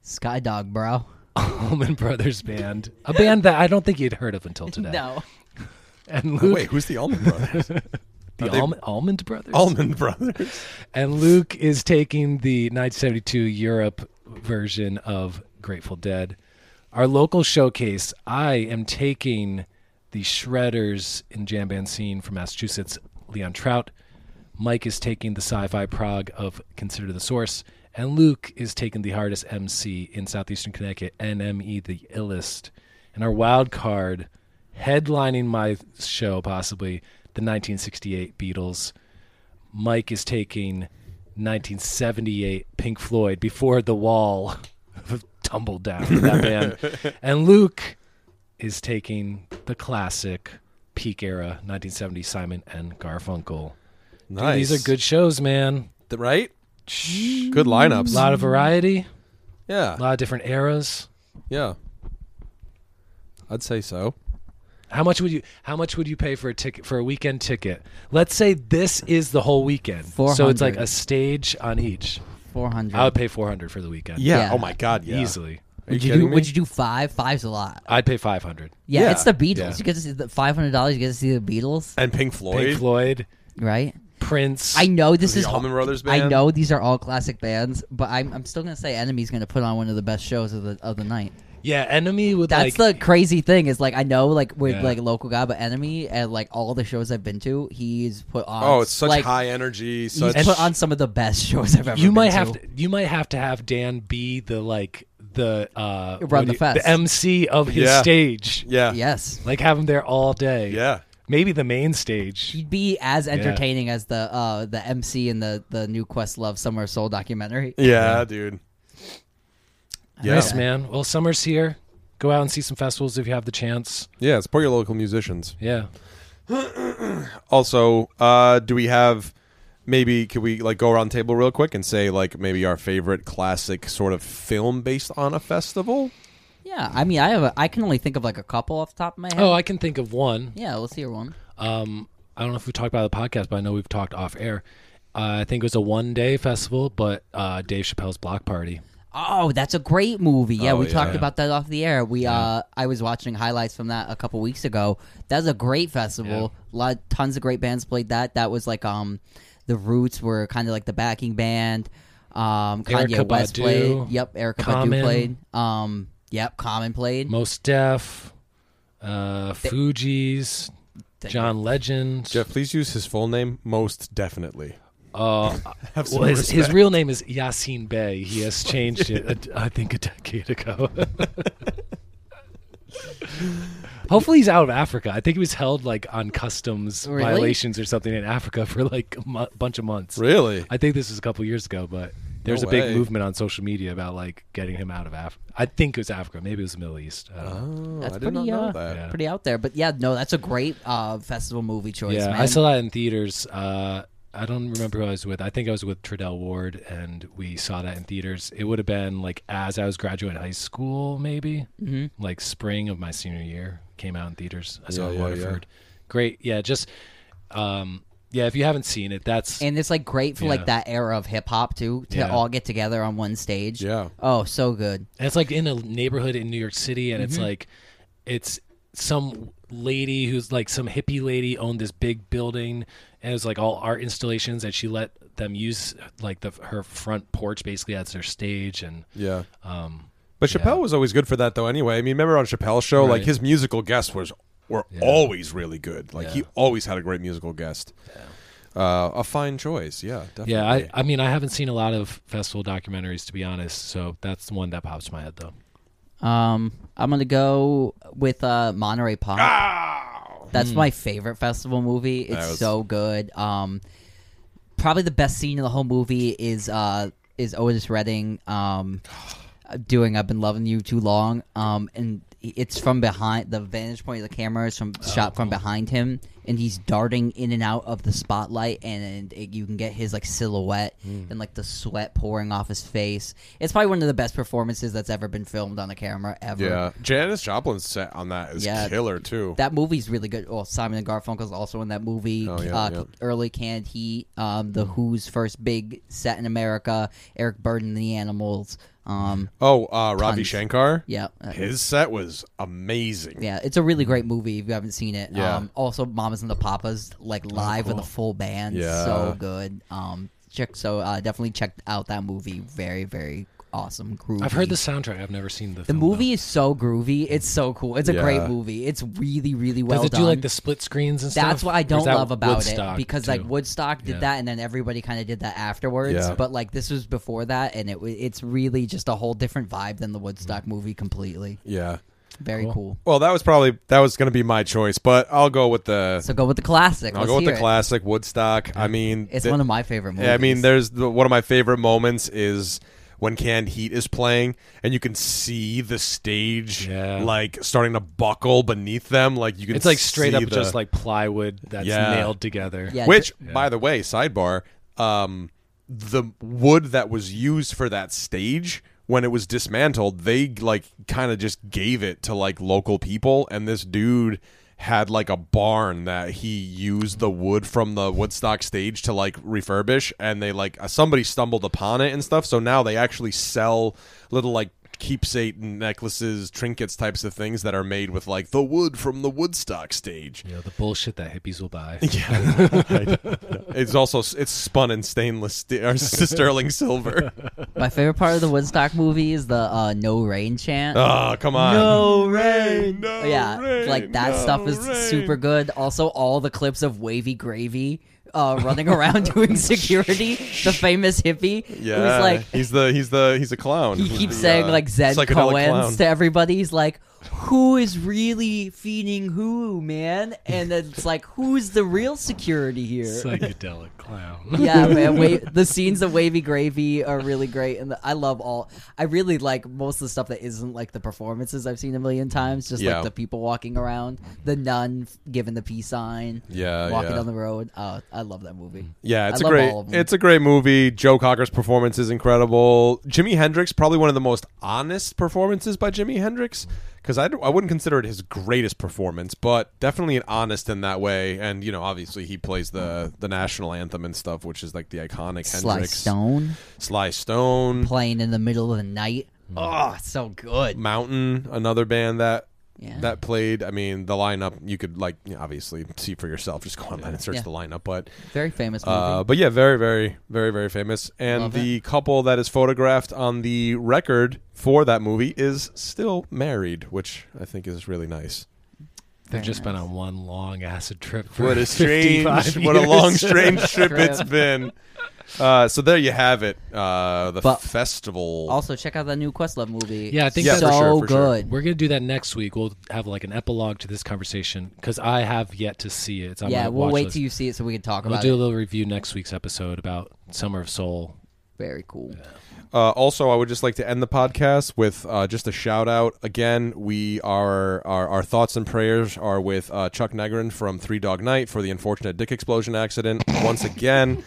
D: Skydog, bro.
C: Allman Brothers band, a band that I don't think you'd heard of until today.
D: No.
C: And Luke,
B: Oh, Wait, who's the Almond Brothers?
C: the
B: are they-
C: Allman, Almond Brothers.
B: Almond Brothers.
C: And Luke is taking the 1972 Europe version of Grateful Dead. Our local showcase, I am taking the Shredders in jam band scene from Massachusetts, Leon Trout. Mike is taking the sci fi prog of Consider the Source. And Luke is taking the hardest MC in Southeastern Connecticut, NME, the illest. And our wild card, headlining my show possibly, the 1968 Beatles. Mike is taking 1978 Pink Floyd before the wall tumbled down that band, and Luke is taking the classic peak era 1970 Simon and Garfunkel. Dude,
B: Nice.
C: These are good shows, man.
B: good, right? Good lineups.
C: A lot of variety,
B: yeah.
C: a lot of different eras.
B: Yeah. I'd say so.
C: How much would you how much would you pay for a ticket for a weekend ticket? Let's say this is the whole weekend. So it's like
D: 400.
C: a stage on each.
D: 400.
C: I would pay 400 for the weekend.
D: Yeah.
B: Oh my god, yeah.
C: Easily.
B: Are you
D: would you,
B: kidding
D: do,
B: me?
D: would you do five? Five's a lot.
C: I'd pay 500.
D: Yeah,
B: Yeah.
D: it's the Beatles.
C: Yeah.
D: You get to see the $500, you get to see the Beatles,
B: and Pink Floyd.
C: Pink Floyd,
D: right?
C: Prince.
D: I know this
B: The
D: is.
B: Allman Brothers
D: I
B: Band?
D: know these are all classic bands, but I'm, I'm still gonna say Enemy's gonna put on one of the best shows of the of the night.
C: yeah, Enemy would
D: That's
C: like
D: the crazy thing is like I know like with
C: Yeah.
D: like local guy, but Enemy and like all the shows I've been to, he's put on.
B: Oh, it's such
D: like,
B: high energy.
D: He's
B: Such
D: put on some of the best shows I've ever.
C: you might
D: been
C: have to you might have to have Dan be the like the uh
D: Run
C: what
D: the
C: do you-
D: fest.
C: the MC of his
B: Yeah.
C: stage.
B: yeah, yeah,
D: Yes,
C: Like have him there all day.
B: yeah.
C: Maybe the main stage.
D: he'd be as entertaining as the uh the MC in the the new Quest Love Summer of Soul documentary.
B: dude. Yeah,
C: Yes, man. Well, summer's here. Go out and see some festivals if you have the chance.
B: yeah. Support your local musicians.
C: Yeah.
B: Also, uh, do we have maybe? Could we like go around the table real quick and say like maybe our favorite classic sort of film based on a festival?
D: Yeah, I mean, I have a, I can only think of like a couple off the top of my head.
C: Oh, I can think of one.
D: yeah, let's hear one.
C: Um, I don't know if we talked about it on the podcast, but I know we've talked off air. Uh, I think it was a one day festival, but uh, Dave Chappelle's Block Party.
D: Oh, that's a great movie. Yeah,
B: Oh,
D: we talked
B: yeah.
D: about that off the air. We uh I was watching highlights from that a couple weeks ago. That was a great festival. Lot tons of great bands played that. That was like um the Roots were kind of like the backing band. Um Kanye
C: Erykah
D: West
C: Badu,
D: played. Yep, Erica Badu
C: Common.
D: played. Um yep, Common played.
C: Most Def, uh, Fugees, John Legend.
B: Jeff, please use his full name most definitely.
C: uh,
B: Have some
C: well, his, his
B: respect.
C: real name is Yasin Bey. He has changed it, I think, a decade ago. Hopefully, he's out of Africa. I think he was held like on customs
D: Really?
C: violations or something in Africa for like a mo- bunch of months.
B: really?
C: I think this was a couple years ago, but there's
B: No
C: a
B: way.
C: big movement on social media about like getting him out of Africa. I think it was Africa. Maybe it was the Middle East. I don't know.
B: Oh,
D: That's
B: I did not
D: pretty,
B: know
D: uh,
B: that.
C: yeah.
D: Pretty out there, but yeah, no, that's a great uh festival movie choice,
C: yeah,
D: man.
C: I saw that in theaters. Uh, I don't remember who I was with. I think I was with Tradell Ward, and we saw that in theaters. It would have been like as I was graduating high school, maybe like spring of my senior year. Came out in theaters. I saw
B: Yeah, yeah,
C: it in
B: yeah.
C: Waterford. Great. Yeah, just um, yeah. If you haven't seen it, that's
D: and it's like great for
C: Yeah.
D: like that era of hip hop too to
C: Yeah.
D: all get together on one stage.
B: Yeah.
D: Oh, so good.
C: And it's like in a neighborhood in New York City, and
B: Mm-hmm.
C: it's like, it's some lady who's like some hippie lady owned this big building, and it's like all art installations, and she let them use like the her front porch basically as their stage, and
B: Yeah.
C: um,
B: But Chappelle was always good for that, though. Anyway, I mean, remember on Chappelle's show, like
C: Right.
B: his musical guests was were always really good. Like he always had a great musical guest. Uh, a fine choice, yeah, definitely.
C: yeah, I I mean I haven't seen a lot of festival documentaries to be honest, so that's the one that pops in my head though.
D: Um, I'm gonna go with uh, Monterey Pop. That's my favorite festival movie. It's
B: Hmm. That was-
D: so good. Um, probably the best scene in the whole movie is uh is Otis Redding um doing "I've Been Loving You Too Long." Um, and it's from behind the vantage point of the camera is from shot
B: Oh.
D: from behind him, and he's darting in and out of the spotlight, and, it, you can get his like silhouette
B: Hmm.
D: and like the sweat pouring off his face. It's probably one of the best performances that's ever been filmed on a camera ever.
B: yeah. Janis Joplin's set on that is
D: Yeah.
B: killer too.
D: That movie's really good. Well, Simon and Garfunkel's also in that movie.
B: Oh, yeah,
D: uh,
B: yeah. Mm-hmm.
D: Early Canned Heat, um, The Who's first big set in America, Eric Burden, and The Animals. Um,
B: oh, uh, Ravi
D: Tons.
B: Shankar,
D: yeah, uh,
B: his set was amazing.
D: yeah, it's a really great movie if you haven't seen it.
B: Yeah. Oh,
D: Um, also, Mamas and the Papas, like live with a full band,
B: Yeah.
D: so good. Um, check so uh, definitely check out that movie. Very very awesome. Groovy.
C: I've heard the
B: Mm-hmm.
C: soundtrack. I've never seen the
D: The movie is so groovy. It's so cool. It's a
B: Yeah.
D: great movie. It's really really well
C: Does it
D: done.
C: do like the split screens and stuff?
D: That's what I
C: Or is
D: don't
C: that
D: love about
C: Woodstock,
D: it because
C: too?
D: like Woodstock did
C: Yeah.
D: that, and then everybody kind of did that afterwards.
B: Yeah.
D: But like this was before that, and it w- it's really just a whole different vibe than the Woodstock
C: Mm.
D: movie. Completely,
B: yeah.
D: very cool.
B: Well, that was probably that was going to be my choice, but I'll go with the
D: So go with the classic.
B: I'll
D: Let's
B: go with
D: hear
B: the
D: it.
B: classic Woodstock. I mean,
D: It's
B: th-
D: one of my favorite movies.
B: Yeah, I mean, there's the, one of my favorite moments is when Canned Heat is playing, and you can see the stage
C: Yeah.
B: like starting to buckle beneath them. Like you can,
C: It's like straight
B: see
C: up
B: the-
C: just like plywood that's
B: Yeah.
C: nailed together.
D: Yeah,
B: Which, by the way, sidebar, um, the wood that was used for that stage when it was dismantled, they like kind of just gave it to like local people, and this dude had like a barn that he used the wood from the Woodstock stage to like refurbish and they like uh, somebody stumbled upon it and stuff so now they actually sell little like keepsake necklaces trinkets types of things that are made with like the wood from the Woodstock stage
C: You know, the bullshit that hippies will buy.
B: it's also it's spun in stainless st- or sterling silver.
D: my favorite part of the Woodstock movie is the uh, "No Rain" chant.
B: Oh, come on.
D: No
B: rain. No
D: yeah, like that stuff is super good. Also, all the clips of Wavy Gravy uh, running around doing security, the famous hippie
B: Yeah.
D: who's like
B: he's the he's the he's a clown.
D: he
B: He's
D: keeps
B: the,
D: saying
B: uh,
D: like Zed
B: psychedelic clown.
D: Cohen's to everybody. He's like, who is really feeding who, man? And then it's like, who's the real security here?
C: Psychedelic clown.
D: yeah, man. Wa- the scenes of Wavy Gravy are really great, and the, I love all. I really like most of the stuff that isn't like the performances I've seen a million times. Just
B: Yeah.
D: like the people walking around, the nun f- giving the peace sign,
B: Yeah,
D: walking
B: yeah.
D: down the road. Oh, I love that movie.
B: Yeah, it's a
D: I love
B: great
D: all of 'em.
B: it's a great movie. Joe Cocker's performance is incredible. Jimi Hendrix probably one of the most honest performances by Jimi Hendrix because I, d- I wouldn't consider it his greatest performance, but definitely an honest in that way. And you know, obviously he plays the the national anthem and stuff, which is like the iconic
D: Sly
B: Hendrix,
D: Stone
B: Sly Stone,
D: playing in the middle of the night.
B: Mm.
D: Oh, it's so good.
B: Mountain, another band that.
D: Yeah.
B: That played. I mean, the lineup you could like you know, obviously see for yourself. Just go online and search
D: Yeah.
B: the lineup. But
D: Very famous movie.
B: Uh, but yeah, very, very, very, very famous. And
D: Love
B: the couple that is photographed on the record for that movie is still married, which I think is really nice.
C: They've
D: Very
C: just been
D: nice.
C: on one long acid trip. For
B: What a strange,
C: 55
B: what a
C: years.
B: long, strange trip
D: Trip.
B: it's been. Uh, so there you have it. Uh, the
D: But-
B: festival.
D: Also, check out that new Questlove movie.
C: Yeah, I think
B: Yeah,
D: so
B: for sure, for sure.
D: good.
C: We're gonna do that next week. We'll have like an epilogue to this conversation because I have yet to see it. It's on
D: yeah,
C: my
D: we'll
C: watch
D: wait
C: list.
D: till you see it so we can talk
C: We'll
D: about
C: do
D: it.
C: a little review next week's episode about Summer of Soul.
D: Very cool.
B: Uh, also, I would just like to end the podcast with uh, just a shout out. Again, we are our, our thoughts and prayers are with uh, Chuck Negrin from Three Dog Night for the unfortunate dick explosion accident. Once again,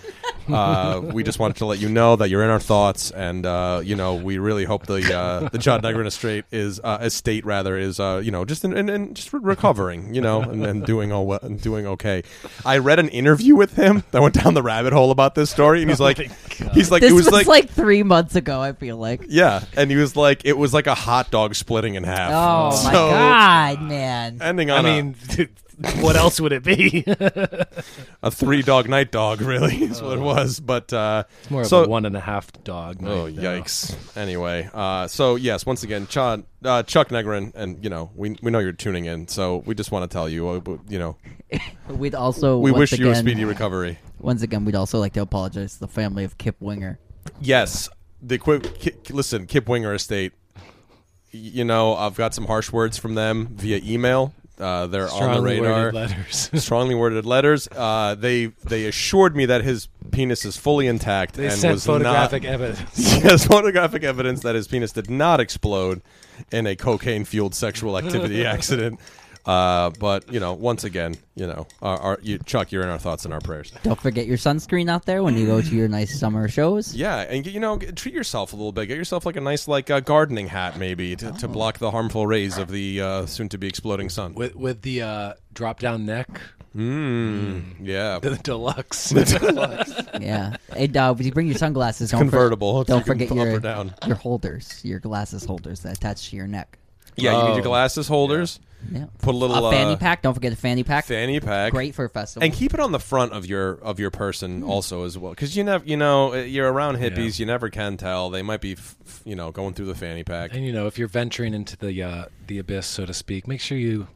B: uh, we just wanted to let you know that you're in our thoughts, and uh, you know we really hope the uh, the Chuck Negrin estate is uh, estate rather is uh, you know just in, in, in just re- recovering, you know, and, and doing all well and doing okay. I read an interview with him that went down the rabbit hole about this story, and he's like, he's like,
D: This
B: it was
D: like, three months ago, I feel like.
B: yeah, and he was like, it was like a hot dog splitting in half.
D: Oh, my
B: So-
D: God, man.
B: Ending
F: I
B: on a-
F: mean, what else would it be?
B: a, three dog night dog, really is what it was. But uh,
C: It's more
B: so,
C: of a one and a half dog.
B: Oh
C: night, though.
B: yikes! Anyway, uh, so yes, once again, Chad, uh, Chuck Negrin, and you know we we know you're tuning in, so we just want to tell you, uh, w- you know,
D: We'd also,
B: we
D: once
B: wish
D: again,
B: you a speedy recovery.
D: Once again, we'd also like to apologize to the family of Kip Winger.
B: Yes, the Quip, ki, listen, Kip Winger Estate. y- You know, I've got some harsh words from them via email. Uh, they're on the
C: Strongly worded
B: radar.
C: letters.
B: strongly worded letters. Uh, they they assured me that his penis is fully intact
C: they
B: and
C: sent
B: was
C: photographic
B: not,
C: evidence.
B: yes, photographic evidence that his penis did not explode in a cocaine fueled sexual activity accident. Uh, but you know, once again, you know, our, our you, Chuck, you're in our thoughts and our prayers.
D: Don't forget your sunscreen out there when you go to your nice summer shows.
B: Yeah, and you know, g- treat yourself a little bit. Get yourself like a nice like uh, gardening hat, maybe to,
C: Oh.
B: to block the harmful rays of the uh, soon to be exploding sun.
C: with with the uh, drop down neck,
B: Mm, yeah,
C: the deluxe.
D: Yeah. And uh, if you bring your sunglasses, don't for-
B: convertible.
D: don't
B: You can
D: forget
B: pull up
D: your-
B: or down.
D: your holders, your glasses holders that attach to your neck.
B: Yeah, you need
C: Oh.
B: your glasses holders.
D: Yeah.
B: Put a little
D: a fanny
B: uh,
D: pack. Don't forget the fanny pack.
B: fanny pack.
D: Great Hmm. for a festival.
B: And keep it on the front of your of your person also as well, because you never you know uh, you're around hippies, you never can tell they might be f- f- you know going through the fanny pack.
C: and you know, if you're venturing into the uh, the abyss, so to speak, make sure you,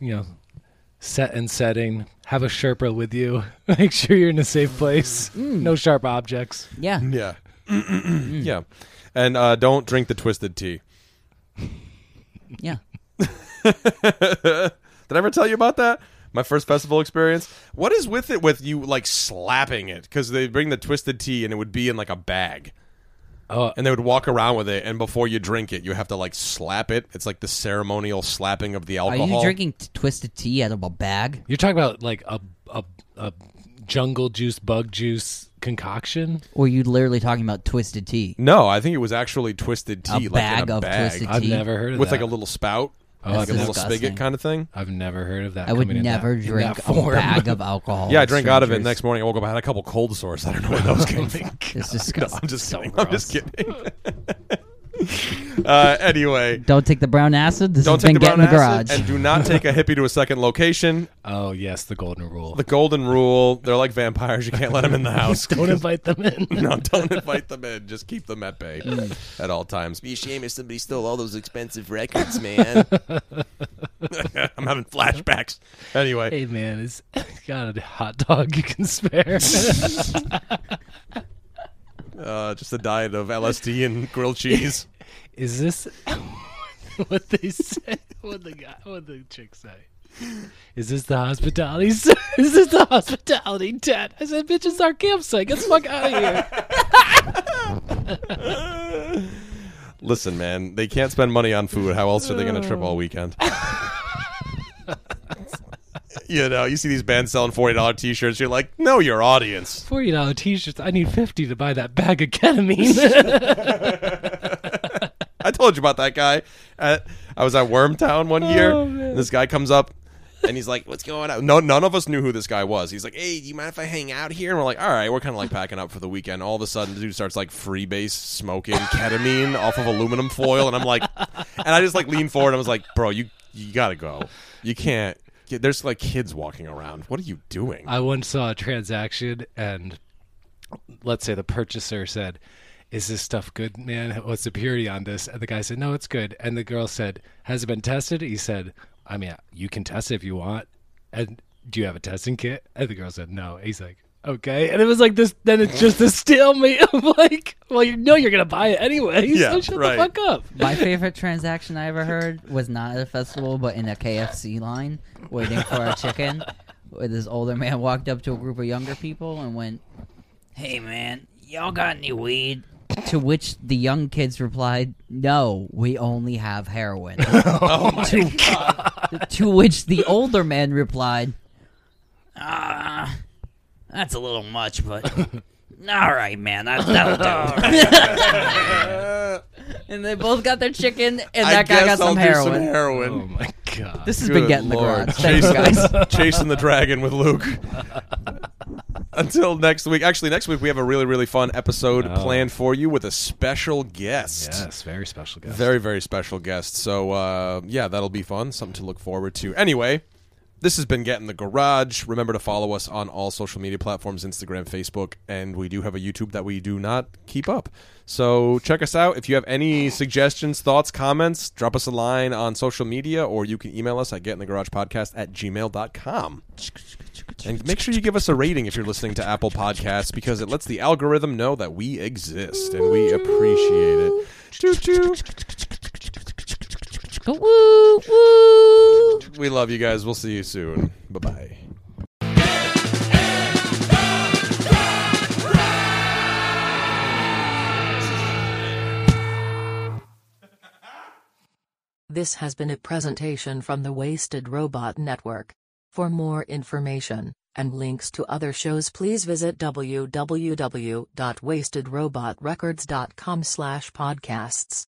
C: you know, set and setting. Have a sherpa with you. make sure you're in a safe place.
D: Mm.
C: No sharp objects.
D: yeah.
B: Yeah,
D: Hmm.
B: yeah, and uh, don't drink the twisted tea.
D: Yeah.
B: Did I ever tell you about that? My first festival experience. What is with it with you like slapping it? Because they bring the twisted tea and it would be in like a bag.
C: Oh.
B: And they would walk around with it, and before you drink it, you have to like slap it. It's like the ceremonial slapping of the
D: Are
B: alcohol.
D: you drinking t- twisted tea out of a bag?
C: You're talking about like a a a jungle juice, bug juice concoction.
D: Or are you literally talking about twisted tea?
B: No, I think it was actually twisted tea,
D: a
B: like
D: bag
B: in a
D: of
B: bag
D: twisted
C: I've
D: tea.
C: never heard of
B: with
C: that.
B: like a little spout,
C: Oh,
B: like a
C: that's
B: little
D: disgusting.
B: spigot kind of thing.
C: I've never heard of that.
D: I would
C: coming in that-
D: never
C: in that
D: drink a
C: form.
D: bag of alcohol.
B: Yeah, I drank out of it.
D: Oh, strangers. Oh
B: Next morning, I woke up. I had a couple cold sores. I don't know where those came from.
D: It's
B: No,
D: disgusting.
B: I'm just
C: So
B: kidding. I'm just
C: gross.
B: kidding. uh, anyway,
D: Don't take the brown acid. This
B: don't
D: has been
B: take the
D: get
B: brown
D: in the
B: acid
D: garage.
B: and do not take a hippie to a second location.
C: Oh yes, the golden rule.
B: The golden rule: they're like vampires. You can't let them in the house.
C: Don't invite them in.
B: no, don't invite them in. Just keep them at bay
D: Mm.
B: at all times. Be a shame if somebody stole all those expensive records, man. I'm having flashbacks. Anyway,
C: Hey man, is got a hot dog you can spare?
B: uh, just a diet of LSD and grilled cheese.
C: is this what they say? What the guy? What the chick say? Is this the hospitality? s- Is this the hospitality tent? I said, bitch, it's our campsite. Get the fuck out of here.
B: Listen, man, they can't spend money on food. How else are they going to trip all weekend? you know, you see these bands selling forty dollar T-shirts. You're like, no, your audience.
C: Forty dollar t-shirts. I need fifty to buy that bag of ketamine.
B: I told you about that guy. At, I was at Wormtown one year.
D: Oh,
B: and this guy comes up and he's like, "What's going on?" No, none of us knew who this guy was. He's like, "Hey, do you mind if I hang out here?" And we're like, "All right." We're kind of like packing up for the weekend. All of a sudden, the dude starts like freebase smoking ketamine off of aluminum foil, and I'm like, and I just like lean forward. and I was like, "Bro, you you gotta go. You can't." There's like kids walking around. What are you doing?
C: I once saw a transaction, and let's say the purchaser said, "Is this stuff good, man? What's the purity on this?" And the guy said, "No, it's good." And the girl said, "Has it been tested?" He said, "I mean, you can test it if you want." And do you have a testing kit? And the girl said, "No." He's like, "Okay." And it was like this. Then it's just to steal me. I'm like, "Well, you know, you're gonna buy it anyway.
B: Yeah,
C: so shut
B: right.
C: the fuck up."
D: My favorite transaction I ever heard was not at a festival, but in a KFC line waiting for a chicken. Where this older man walked up to a group of younger people and went, "Hey, man, y'all got any weed?" To which the young kids replied, "No, we only have heroin." to which the older man replied, "Ah, that's a little much, but all right, man, that, that'll do." and they both got their chicken, and
B: I
D: that guy
B: guess
D: got some
B: I'll do
D: heroin.
B: some heroin.
C: Oh my god.
D: This has been
B: Good
D: getting the
B: Lord.
D: garage. Thanks, guys.
B: chasing the dragon with Luke. Until next week. Actually, next week we have a really, really fun episode
C: Oh.
B: planned for you with a special guest.
C: yes, very special guest.
B: Very, very special guest. So, uh, yeah, that'll be fun. Something to look forward to. Anyway, this has been Getting the Garage. Remember to follow us on all social media platforms Instagram, Facebook, and we do have a YouTube that we do not keep up. So, check us out. If you have any suggestions, thoughts, comments, drop us a line on social media or you can email us at gettingthegaragepodcast at gmail.com. And make sure you give us a rating if you're listening to Apple Podcasts because it lets the algorithm know that we exist and we appreciate it. Choo choo. We love you guys. We'll see you soon. Bye bye.
G: This has been a presentation from the Wasted Robot Network. For more information and links to other shows, please visit www.wastedrobotrecords.com/podcasts.